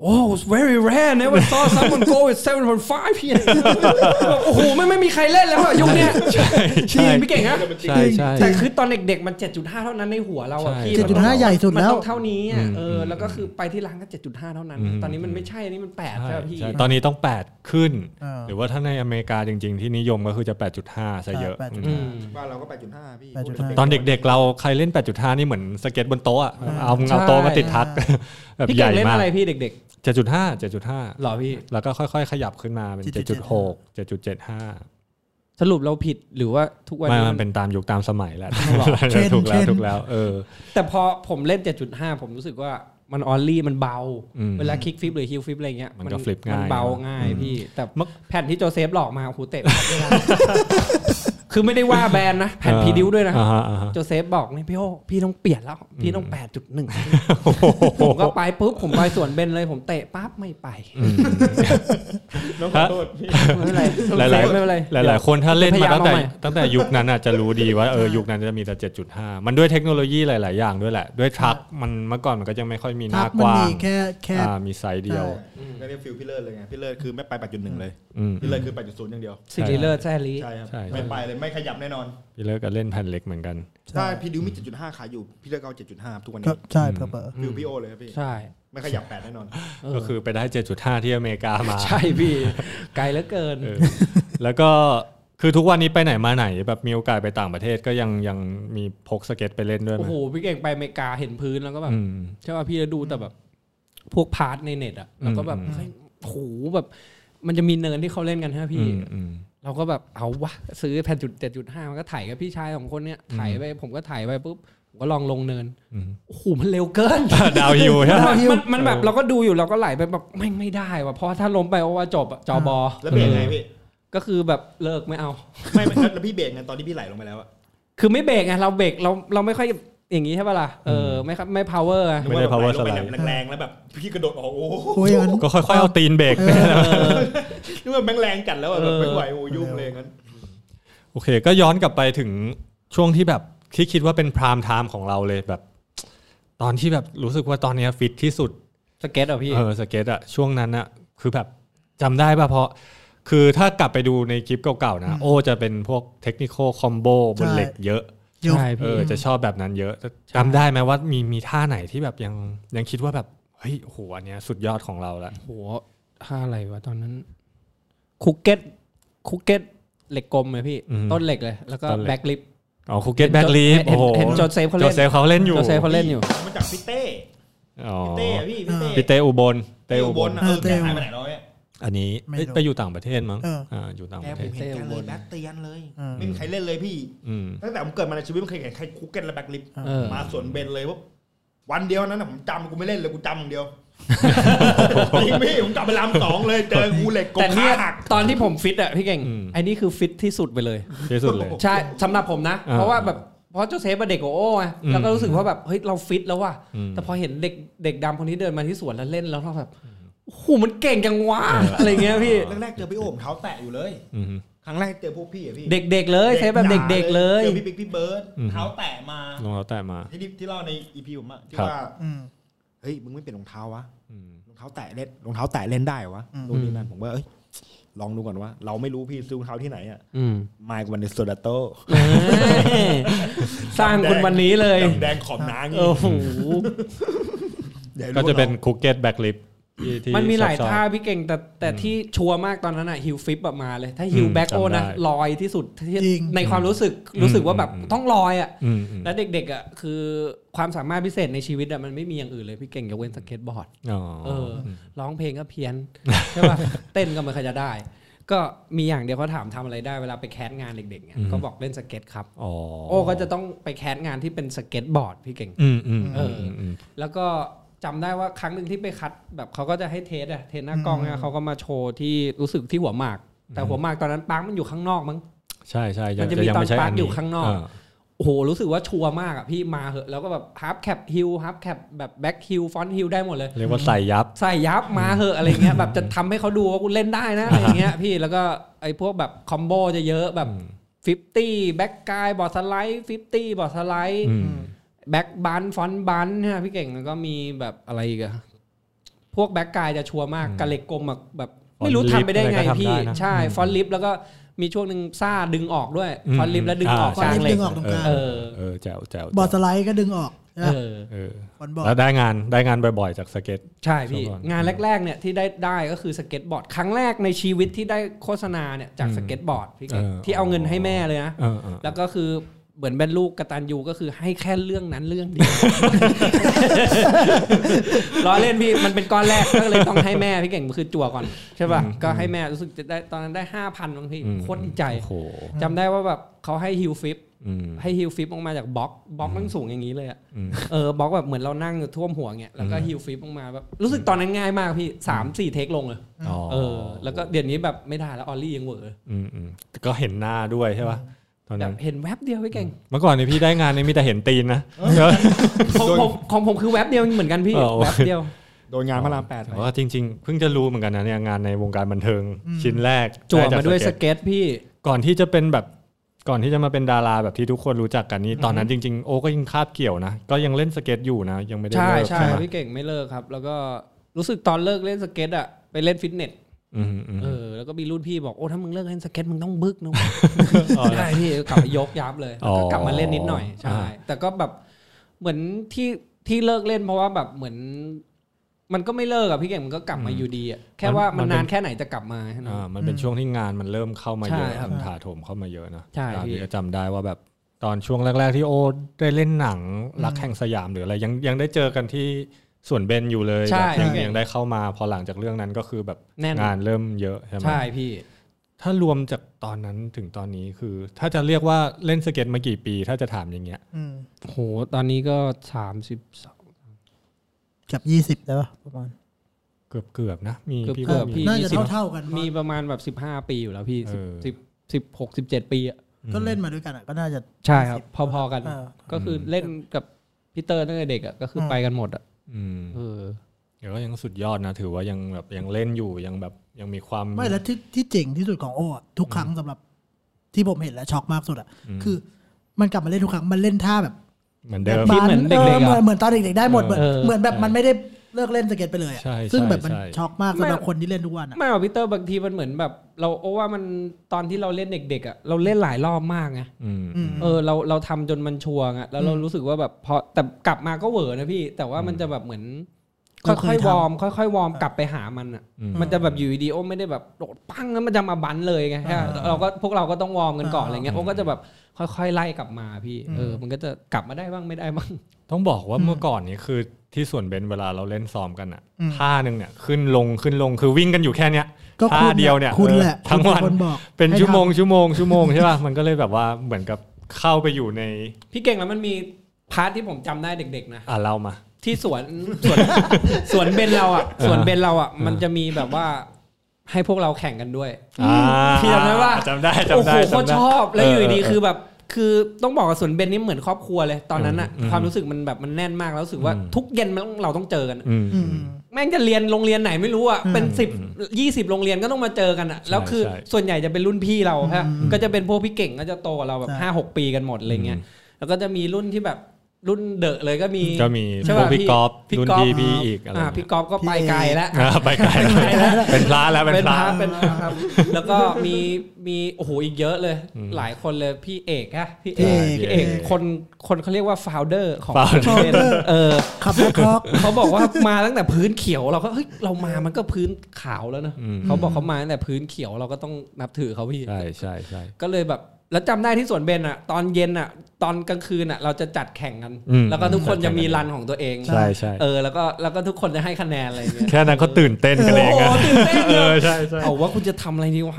E: โอ้ it's very rare never saw someone go with 7.5พี่ แบบโอ้โหไม่ไม่มีใครเล่นแล้วอะยุคเนี้ย
D: ใช่
E: จริ
D: ใช่
E: งพี่เก่งนะ
D: ใช่ใช่
E: แต่คือตอนเด็กๆมัน 7.5 เท่านั้นในหัวเราอะ
D: ใช่
E: พี่
F: 7.5
E: มันต้อง
F: ใหญ่สุดแล้ว
E: มันต้องเท่านี้
D: อื
E: อะ
D: ม
E: เออแล้วก็คือไปที่ร้านก็ 7.5 เท่านั้น
D: อืม
E: ตอนนี้มันไม่ใช่อันนี้มันแปดใช่ปะพี่
D: ใช่ตอนนี้ต้อง 8 ขึ้น
F: อ่า
D: หรือว่าถ้าในอเมริกาจริง ๆ ที่นิยมก็คือจะ 8.5ซะเยอะ
F: อ่า8.5
D: อืม
G: บ้านเราก็ 8.5 พี่
F: 8.5
D: ตอนเด็กๆ เราใครเล่น 8.5 นี่เหมือนสเก็ตบนโต๊ะอะเอา
E: ใช่
D: เอาโต๊ะมาติดทัก แบบ
E: พี่
D: ให
E: เก่
D: ญ่
E: งเล่น
D: มาก
E: อะไรพี่เด็ก
D: 7.5 7.5
E: ๆหรอพี่
D: แล้วก็ค่อยๆ ขยับขึ้นมาเป็น 7.6 7.75
E: สรุปเราผิดหรือว่าทุกวัน
D: ไมัน
E: นี้
D: มัน
E: น
D: เป็นตามยุคตามสมัย แหละ
E: หรอ
F: เทรนด์
D: ถูกแล้ว
F: เทรนด์
D: ถูกแล้ว เออ
E: แต่พอผมเล่น 7.5 ผมรู้สึกว่ามันออลลี่มันเบา
D: อืม
E: เวลาคลิกฟลิปหรือฮิลฟลิปอะไรเงี้ย
D: มันก็ flip ง่าย
E: มันเบาง่ายพี่ แต่
D: มัก
E: แผ่นที่โจเซฟหลอกมาโอ้โหูเต ะ คือไม่ได้ว่าแบรนด์นะ แผ่นพีดิวด้วยนะ
D: อ่าฮอ่าฮะ
E: โจเซฟบอกนี่พี่โอพี่ต้องเปลี่ยนแล้ว พี่ต้อง 8.1
D: โอ้โห
E: ผมก็ไปปุ๊บ ผมไปสวนเบนเลย ผมเตะปั๊บไม่ไป
D: อืม
C: น้องขอโทษพี่
E: ไม่เป็นไร
D: หลายๆ
E: ไม่เป็นไร
D: หลายๆคนถ้าเล่นมาย
E: พายาม
D: ตั้งแต่
E: เอาใหม่
D: ตั้งแต่ยุคนั้นอ่ะจะรู้ดีว่าเออยุคนั้นจะมีแต่ 7.5 มันด้วยเทคโนโลยีหลาย ๆ อย่างด้วยแหละ ด้วยทรัคมันเมื่อก่อนมันก็ยังไม่ค่อยมีห
F: ทั
D: น้าก ก
F: มัน
D: ว้าง
F: มีแค่แค่
D: อ่ามีไซส์เดียว
F: ใช่
G: ก็เรียกฟิลพี่เลิศเลยไงพี่เลิศคือไม่ไป 8.1 เลย
D: อืม
G: พี่เลิศคือ 8.0 อย่างเดียว
E: ซิลิเลอร์แซลี
G: ใช่ครับ
D: ใช่ใช่
G: ไม่ไปเลยไม่ขยับแน่นอน
D: พี่เลิกก็เล่นแผ่นเล็กเหมือนกัน
G: ถ้าพี่ดิวมี 7.5 ขายอยู่ พี่เลิศก็เอา7.5 ทุกวัน
F: ก็
G: นี้
F: ใช่เผลอ
G: ฟิลพี่โอเลยครับพี่
E: ใช่
G: ไม่ขยับ8แน่นอน
E: เออ
D: ก็คือไปได้ 7.5 ที่อเมริกามา
E: ใช่พี่ไกลเหลือเกิน
D: เออแล้วก็คือทุกวันนี้ไปไหนมาไหนแบบมีโอกาสไปต่างประเทศก็ยังยังมีพกสเก็ตไปเล่นด้วยไห
E: โอ้
D: ม
E: โห พี่เก่งไปอเมริกาเห็นพื้นแล้วก็แบบ
D: อืม
E: ใช่ป่ะพี่แล้วดูแต่แบบพวกพาร์ทในเน็ตอะแล้วก็แบบ
D: อืม
E: เฮ้ยโหแบบ มันจะมีเนินที่เขาเล่นกันใช่ไหม
D: อื
E: พี่
D: มอืม
E: เราก็แบบเอาวะซื้อแผ่นจุดเจ็ดจุดห้ามันก็ถ่ายกับพี่ชายของคนเนี้ยถ่ายไปผมก็ถ่ายไปปุ๊บผมก็ลองลงเนิน
D: อืม
E: โอ้โหมันเร็วเกิน
D: ดาวฮิวใช่ไหม
E: มันมันมันแบบเราก็ดูอยู่เราก็ไหลไปแบบไม่งไม่ได้ว่ะเพราะถ้าล้มไปโอว่าจบอะจอบอ
G: แล้วเบรกไงพี่
E: ก็คือแบบเลิกไม่เอา
G: ไม่ไม่แล้วพี่เบรกไงตอนที่พี่ไหลลงไปแล้วอะ
E: คือไม่เบรกไงเราเบรกเราเราไม่ค่อยอย่างนี้ใช่ป่ะล่ะเออไม่ครับไม่ power ไง
D: ไม่ได้
G: นึก
D: power
G: ว่าแบบไหลลงไป
D: slide
G: แบบแรงๆแล้วแบบพี่กระโดดออกโอ้โห
F: ๆโอ้ยอย่างนั้น
D: ก็ค่อย ๆ เอาตีนเบรก
G: นึกว่าแม่งแรงจัดแล้วอะแบบไม่ไหวโอ้ยุ่ง
F: เออ
G: เลยงั้น
D: โอเค ก็ย้อนกลับไปถึงช่วงที่แบบที่คิดว่าเป็นพรามไทม์ของเราเลยแบบ ตอนที่แบบรู้สึกว่าตอนเนี้ยฟิตที่สุด
E: สเก็ตเหรอพี่
D: เออสเก็ตอะช่วงนั้นอะคือแบบจำได้ป่ะเพราะ คือถ้ากลับไปดูในคลิปเก่าๆนะ โอจะเป็นพวกเทคนิคอลคอมโบบนเหล็กเยอะ
F: เดี๋ยว
E: ใช่
D: เอ
E: พี่
D: อจะชอบแบบนั้นเยอะจำได้ไหมว่ามีมีท่าไหนที่แบบยังยังคิดว่าแบบเฮ้ยโอ้โหอันเนี้ยสุดยอดของเราละ
E: โหท่าอะไรวะตอนนั้น คุกเก็ตคุกเก็ตเหล็กกลมเลยพี่ ต้นเหล็กเลย แล้วก็แบ็กลิฟ
D: อ๋อคุกเก็ตแบ็กลีฟ
E: เห็น
D: โอ้โห
E: เห็นโจเซฟเขาเล่น
D: โจเซฟเขาเล่นอยู่
E: โจเซฟเขาเล่นอยู่
G: มันจากพี่เต้
D: อ๋อ
G: พี่เต้อะพี่พี่เต้
D: พี่เตอุบลเตอุบล
G: ะเออ
F: เต้
G: แก
F: อุบล
G: หายไปไหนแล้วเนี่ย
D: อันนี้
F: ไม่
D: เอ้ย
F: รู้
D: ไปอยู่ต่างประเทศมั้ง
F: เอออ่
D: ่าอยู่ต่าง
G: แก
D: ประ
G: ผ
D: เทศ
G: มเห็นแกเลยแบ็คเตียนเลย ไม่มีใครเล่นเลยพี่
D: อืม
G: ตั้งแต่ผมเกิดมาในชีวิตไม่เคยเห็นใครคุกเก็ตและแบ็คลิฟต์
E: เออ
G: มาสวนเบนเลยว่าวันเดียวนั้นนะผมจำกูไม่เล่นเลยกูจำอย่างเดียวจริงพี่ผมกลับไปรามสองเลยเจอกูเหล็กกบ
E: แต่เนี่
G: ขาย หัก
E: ตอนที่ผมฟิตอะพี่เก่งไอ้นี่คือฟิตที่สุดไปเลย
D: ที่สุดเลย
E: ใช่สำหรับผมนะ
D: อ่า
E: เพราะว่าแบบเพราะโจเซฟเป็นเด็กโอโอ้ไง
D: อืม
E: แล้วก็รู้สึกว่าแบบเฮ้ยเราฟิตแล้วว่ะ
D: อืม
E: แต่พอเห็นเด็กเด็กดำคนนี้เดินมาที่สวนแล้วเล่นแล้วเราแบบโอ้โหมันเก่งจังวะอะไรเงี้ยพี่
G: แรกๆเจอพี่โอมเท้าแตะอยู่เลย
D: อืม
G: ครั้งแรกเจอพวกพี่อะพี่
E: เด็กๆเลยเซฟแบบเด็ก ๆเลย
G: เจอพี่ปิ๊กพี่เบิร์ด
D: อืม
G: เท้าแตะมา
D: ลงเราแต่มา
G: ที่ที่เล่าในอีพีผมอะที่
D: ครับ
G: ว่า
F: อืม
G: เฮ้ยมึงไม่เปลี่ยนรองเท้าวะ
D: อืม
G: รองเท้าแตะเล่นรองเท้าแตะเล่นได้เหรอวะ
F: อืม
G: ตรงนี้นั่นผมก็เอ้ยลองดูก่อนว่า เราไม่รู้พี่ซื้อรองเท้าที่ไหนอะ
E: อืม
G: มายกับวันเดสโซดาโต
E: เออ สร้างคุณวันนี้เลย
G: แดงขอบน้างี้
E: โอ้โห
G: ดี๋ยวรู้
D: ก็จะเป็น
G: รา
D: คุกเก็ตแบ็กลิฟที่
E: มันมีหลาย
D: ชอบๆ
E: ท่าพี่เก่งแต่แต่ที่ชัวร์มากตอนนั้นอะฮิลฟิปแบบมาเลย ถ้าฮิล
D: อืม
E: แบ็กโอ
D: จำ
E: นะ
D: ได้
E: ลอยที่สุดที่
F: จริง
E: ในความรู้สึกรู้สึกว่าแบบ
D: อืม
E: ต้องลอยอะ
D: อืมอืม
E: แล้วเด็กๆอะคือความสามารถพิเศษในชีวิตอะมันไม่มีอย่างอื่นเลยพี่เก่งยกเว้นสเก็ตบอร์ด
D: อ๋อ
E: เอออร้องเพลงก็เพี้ยนใช่ป่ะเต้นก็ไม่ค่อยจะได้ ก็มีอย่างเดียวเขาถามทำอะไรได้เวลาไปแคสงานเด็กๆเนี่ย
D: อืม
E: ก็บอกเล่นสเก็ตครับ
D: อ๋อ
E: โอ้ก็จะต้องไปแคสงานที่เป็นสเก็ตบอร์ดพี่เก่ง
D: อืมอืม
E: เอ
D: อื
E: อ
D: ม
E: อื
D: อืม
E: แล้วก็จำได้ว่าครั้งหนึ่งที่ไปคัดแบบเขาก็จะให้เทสอะเทสหน้ากล้องเนี่ยเขาก็มาโชว์ที่รู้สึกที่หัวหมาก แต่หัวหมากตอนนั้นปาร์คมันอยู่ข้างนอกมั้ง
D: ใช่ใช่
E: มันจะมี
D: ยั
E: ตอน
D: ไใช่
E: ปาร์คอยู่ข้างนอก
D: เ
E: โอ้โหรู้สึกว่าชัวร์มากอะพี่มาเหอะแล้วก็แบบฮาร์ปแคปฮิลฮาร์ปแคปแบบแบ็คฮิลฟอนต์ฮิลได้หมดเลย
D: เรียกว่าใส่ยับ
E: ใส่ยับมาเหอะอะไรเงี้ยแบบจะทำให้เขาดูว่ากูเล่นได้ นะอะไรเงี้ยพี่แล้วก็ไอ้พวกแบบคอมโบจะเยอะแบบ
D: อืม
E: 50 แบ็กกายบอร์ดสไลด์50 บอร์ดสไลด์
D: อืม
E: แบ็กบันฟอนบันฮะพี่เก่งแล้วก็มีแบบอะไรอีกอะพวกแบ็กกายจะชัวร์มากกระเหล็กกลมแบบแบบ ไม่รู้ทำไปได้ไงพี่ ใช่ฟอนลิฟแล้วก็มีช่วงหนึ่งซ่าดึงออกด้วยฟอนลิฟแล้วดึงออก
F: ฟ
E: ก
F: น
E: ลาง
F: ลิฟ
E: เหล็
F: ดึ
E: ก
F: งออกตรงกลาง
E: เออ
D: เออแจ๋วแจ๋ว
F: บอร์ดสไลด์ก็ดึงออก
E: เอ
F: นะ
E: อ
D: เออบ
F: อลบอร์
D: แล้ว
F: ด
D: ได้งานได้งานบ่อยๆจากสเก็ต
E: ใช่พี่
D: สมัยก่อน
E: งานแรกๆเนี่ยที่ได้ได้ก็คือสเก็ตบอร์ด ครั้งแรกในชีวิตที่ได้โฆษณาเนี่ยจาก
D: อืม
E: สเก็ตบอร์ดพี่เก่ง
D: เออ
E: ที่เอาเงินให้แม่เลยนะ
D: เออเออ
E: แล้วก็คือเหมือนเป็นลูกกระตันยูก็คือให้แค่เรื่องนั้นเรื่องเดียว ล้อเล่นพี่มันเป็นก้อนแรกก็เลยต้องให้แม่พี่เก่งคือจั่วก่อนใช่ป่ะก็ให้แม่รู้สึกจะได้ตอนนั้นได้ห้าพันบางพี่
D: อืม
E: โคตรดีใจ
D: โอ้โห
E: จำได้ว่าแบบเขาให้ฮิลฟิป
D: อืม
E: ให้ฮิลฟิปออกมาจากบล็อกบล็อกนั่งสูงอย่างนี้เลยอะ
D: อืม
E: เออบล็อกแบบเหมือนเรานั่งอยู่ท่วมหัวเงี้ยแล้วก็
D: อืม
E: ฮิลฟิปลงมาแบบรู้สึกตอนนั้นง่ายมากพี่สามสี่เทคลงเลย
D: อ๋อ
E: เออ แล้วก็เดี๋ยวนี้แบบไม่ได้แล้วออลลี่ยังเหวอ
D: อืมอืมก็เห็นหน้าด้วยใช่ป่ะตอน
E: แบ
D: นั้
E: บ
D: น
E: เห็นแวบเดียวพี่เก่ง
D: เมื่อก่อนนี่พี่ได้งานนี่มีแต่เห็นตีนนะ
E: ของผมของผมคือแวบเดียวเหมือนกันพี่
D: เออโอเค
E: แวบเดียว
C: โดนงานพระรามแปด
D: แต่ว่าจริงๆ เพิ่งจะรู้เหมือนกันนะเนี่ยงานในวงการบันเทิงชิ้นแรก
E: จั่ว
D: ไจก
E: มาด้วยส
D: เก็ต
E: เก็ตพี่
D: ก่อนที่จะเป็นแบบก่อนที่จะมาเป็นดาราแบบที่ทุกคนรู้จักกันนี่ตอนนั้นจริง ๆ โอ้ก็ยังคาบเกี่ยวนะ ก็ยังเล่นสเก็ตอยู่นะ ยังไม่ได้
E: ใช่
D: เลิก
E: ใช่
D: ใช่ไหม
E: พี่เก่งไม่เลิกครับ แล้วก็รู้สึกตอนเลิกเล่นสเก็ตอ่ะไปเล่นฟิตเนส
D: อืมอืม
E: เออแล้วก็มีรุ่นพี่บอกโอ้ถ้ามึงเลิกเล่นสเก็ตมึงต้องบึกนะเว้ย ได้พี่กลับมายกยับเลยแล้วก็กลับมาเล่นนิดหน่อยใช่แต่ก็แบบเหมือนที่ที่เลิกเล่นเพราะว่าแบบเหมือน มันก็ไม่เลิกอะพี่เก่งมันก็กลับมาอยู่ดีอะแค่ว่ามันนานแค่ไหนจะกลับมาแค่นั้น
D: อ่ามันเป็นช่วงที่งานมันเริ่มเข้ามาเย
E: ใช่ครั
D: อะ
E: บ
D: มันถาโถมเข้ามาเยอะนะ
E: ใช่
D: อ่า
E: พี่
D: พี่ก็จำได้ว่าแบบตอนช่วงแรก ๆ ที่โอ้ได้เล่นหนังรักแห่งสยามหรืออะไรยังยังได้เจอกันที่ส่วนเบนอยู่เลย
E: ใช่
D: แบบยัง
E: พี่เก่ง
D: ยังได้เข้ามาพอหลังจากเรื่องนั้นก็คือแบบ
E: แน่น
D: งานเริ่มเยอะใช่ไหม
E: ใช่พี่
D: ถ้ารวมจากตอนนั้นถึงตอนนี้คือ ถ้าจะเรียกว่าเล่นสเก็ตมากี่ปี ถ้าจะถามอย่างเงี้ย
F: อืม
E: โหตอนนี้ก็สามสิบสอง
F: เกือบยี่สิบ20ได้ป่ะประมาณ
D: เกือบเกือบๆนะ มี
E: เกือบๆ
D: พี่ว่ามี
E: เกือบพี่
F: น่าจะ
E: ยี่สิบ
F: เท่าๆกัน
E: มีประมาณแบบสิบห้าปีอยู่แล้วพี่
D: เอ
E: สิบ
D: อ
E: สิบสิบหกสิบเจ็ดปีอะ
F: ก็เล่นมาด้วยกันอะก็น่าจะ
E: ใช่ครับ พอๆกัน
F: เออ
E: ก็คือเล่นกับพี่เตอร์ตั้งแต่เด็กอะก็คือไปกันหมดอะ
D: อืม
E: เออ
D: เดี๋ยวก็ยังสุดยอดนะ ถือว่ายังแบบยังเล่นอยู่ยังแบบยังมีความ
F: ไม่แล้วที่ที่เจ๋งที่สุดของโอ้อะทุกครั้งสำหรับที่ผมเห็นแล้วช็อกมากสุดอ่ะ
D: อืม
F: คือมันกลับมาเล่นทุกครั้งมันเล่นท่าแบบ
D: เหมือนเดิม
E: ที่เหมือนเด็กๆอะ
F: เหมือนเหมือนตอนเด็กๆได้หมดเหมือน
E: เออ
F: เหมือนแบบมันไม่ได้เลิกเล่นสเก็ตไปเลยอะ
D: ใช่ใช่
F: ซึ่งแบบมัน
D: ใช่
F: ช็อกมากสำหรับคนที่เล่นทุกวันอะ
E: ไม่หรอกพี่เตอร์บางทีมันเหมือนแบบ เราโอ้ว่ามันตอนที่เราเล่นเด็กๆอ่ะเราเล่นหลายรอบมากไง
D: อืม
F: อืม
E: เออเราเราทำจนมันชัวร์ไงแล้วเรารู้สึกว่าแบบพอแต่กลับมาก็เหวอนะพี่ แต่ว่ามันจะแบบเหมือน
F: เราเค
E: ค่อย ย
F: ทำ
E: ๆวอร์มค่อยๆวอร์มกลับไปหามันอ่ะ
D: อืม
E: มันจะแบบอยู่ดีๆโอ้ไม่ได้แบบโดดปั้งแล้วมันจะมาบันเลยไงแค่เราก็พวกเราก็ต้องวอร์มกันก่อนอะไรเงี้ยโอ้ก็จะแบบค่อยๆไล่กลับมาพี่เออมันก็จะกลับมาได้บ้างไม่ได้บ้าง
D: ต้องบอกว่าเมื่อก่อนนี้คือที่ส่วนเบนเวลาเราเล่นซ้อมกันอะ
F: อืม
D: ท่าหนึ่งเนี่ยขึ้นลงขึ้นลงคือวิ่งกันอยู่แค่เนี้ย
F: ก็
D: ท่า
F: คุณ
D: เดียวเนี่ย
F: คุณ
D: เออ
F: แหละ
D: ทั้งวัน
F: คุณเป็นคนบอก
D: เป็น
F: ให้
D: ชั่วโมง
F: ทำ
D: ชั่วโมงชั่วโมงใช่ป่ะมันก็เลยแบบว่าเหมือนกับเข้าไปอยู่ใน
E: พี่เก่งแล้วมันมีพาร์ทที่ผมจำได้เด็กๆนะ
D: อ่ะเรามา
E: ที่สวนสวน สวนเบนเราอ่ะสวนเบนเราอ่ะมันจะมีแบบว่าให้พวกเราแข่งกันด้วย
D: อ่า
E: พี่จำได้ว่า
D: จำได้
E: โอ้
D: จำ
E: โห
D: ได้
E: โคตร
D: จำได้
E: ชอบแล้วอยู่ดี
D: เ
E: ๆคือแบบ คือต้องบอกว่าสวนเบนนี่เหมือนครอบครัวเลยตอนนั้นอ่ะ
D: อืม
E: ความรู้สึกมันแบบมันแน่นมากแล้วรู้สึกว่า
D: อืม
E: ทุกเย็นมันเราต้องเจอกันอะ
D: อืม
F: อืม
E: แม่งจะเรียนโรงเรียนไหนไม่รู้อ่ะเป็นสิบยี่สิบโรงเรียนก็ต้องมาเจอกันอ่ะแล้วคือ
D: ใช่
E: ส่วนใหญ่จะเป็นรุ่นพี่เราฮะ
F: อืม
E: ก็จะเป็นพวกพี่เก่งก็จะโตกว่าเราแบบ
F: ใช่
E: ห้าหกปีกันหมดอะไรเงี้ย
D: อืม
E: แล้วก็จะมีรุ่นที่แบบรุ่นเดอะเลยก็มี
D: ก็มี
E: ใช่
D: พวก
E: ป่ะ
D: พี่กอล์ฟ
E: พี่
D: รุ่น
E: ก๊อฟ
D: พี่พี่อีกอะไร
E: อ่า
D: เนี่
E: พี่
D: ย
E: กอล์ฟก็ไปไกลแล้ว
D: อ่าไปไกลเป็นพระแล้วเป็น
E: เป็น
D: พ
E: พ
D: ระ
E: ระเป็นพระครับ แล้วก็มีมีโอ้โหอีกเยอะเลย
D: อืม
E: หลายคนเลยพี่เอกฮะพี่
F: พี่
E: เอก
F: เอก
E: พี่เอกคนคนเขาเรียกว่า founder ของ
D: founder
E: ประเท ศเออ
F: ขับแบ็คฮอก
E: เขาบอกว่ามาตั้งแต่พื้นเขียวเราก็เฮ้ยเรามามันก็พื้นขาวแล้วนะ
D: อืม
E: เขาบอกเขามาตั้งแต่พื้นเขียวเราก็ต้องนับถือเขาพี่
D: ใช่ใช่ใช่
E: ก็เลยแบบ แล้วจำได้ที่สวนเบนอ่ะ ตอนเย็นอ่ะ ตอนกลางคืนอ่ะ เราจะจัดแข่งกัน
D: อืม
E: แล้วก็ทุกคนจะมีรันของตัวเอง
D: ใช่ใช่
E: เออแล้วก็แล้วก็ทุกคนจะให้คะแนนอะไรอย่างเงี้ย
D: แค่นั้นเขาตื่นเต้นกันเองอะ
E: โโหตื่นเต้น
D: เอ
E: เล
D: อย ใช่ใช่
E: เอาว่าคุณจะทำอะไรดีวะ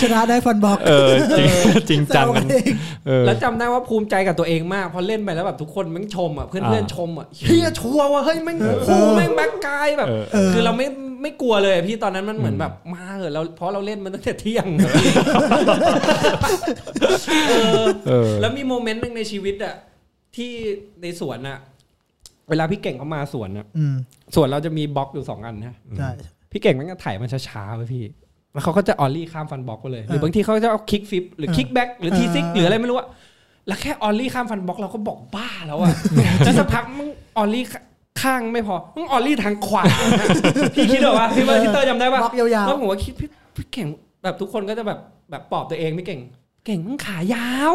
F: ชนะได้ฟันบอก
D: เออจริงจริงจังกั
F: แซวกั
D: น
F: นเอง
D: เออ
E: แล้วจำได้ว่าภูมิใจกับตัวเองมาก พอเล่นไปแล้วแบบทุกคนแม่งชมอ่ะเพื่อน
D: อ่า
E: เพื่อนชมอ่ะเฮียชัวร์ว่ะเฮ้ยแม่งครูแม่งแบ็คกายแบบ
D: เออ
E: คือเราไม่ไม่กลัวเลยพี่ตอนนั้นมันเหมือนแบบมาเหอะเราเพราะเราเล่นมันตั้งแต่เที่ยงเออ
D: เออ
E: แล้วมีโมเมนต์หนึ่งในชีวิตอ่ะที่ในสวนอ่ะเวลาพี่เก่งเขามาสวนอ่ะ
F: อืม
E: สวนเราจะมีบล็อกอยู่สองอันนะ
F: ใช่
E: พี่เก่งมันก็ถ่ายมันช้าๆไปพี่ แล้วเขาก็จะออลลี่ข้ามฟันบล็อกไปเลย หรื
F: เออบ
E: อางทีเขาจะเอาคิกฟิปหรือ
F: เออ
E: คิกแบ็กหรือทีซิก
F: เออ
E: หรืออะไรไม่รู้อะแล้วแค่ออลลี่ข้ามฟันบล็อกเราก็บอกบ้าแล้วอะ แล้วสักพักมึงออลลี่ข้างไม่พอมึงออลลี่ทางขวา พี่คิดเหรอวะพี่ว่าพี่เตอร์จำได้ปะ
F: บล็อกยาว
E: แล้วผมว่าคิดพี่พี่เก่งแบบทุกคนก็จะแบบแบบปลอบตัวเองพี่เก่ง เก่งมึงขายาว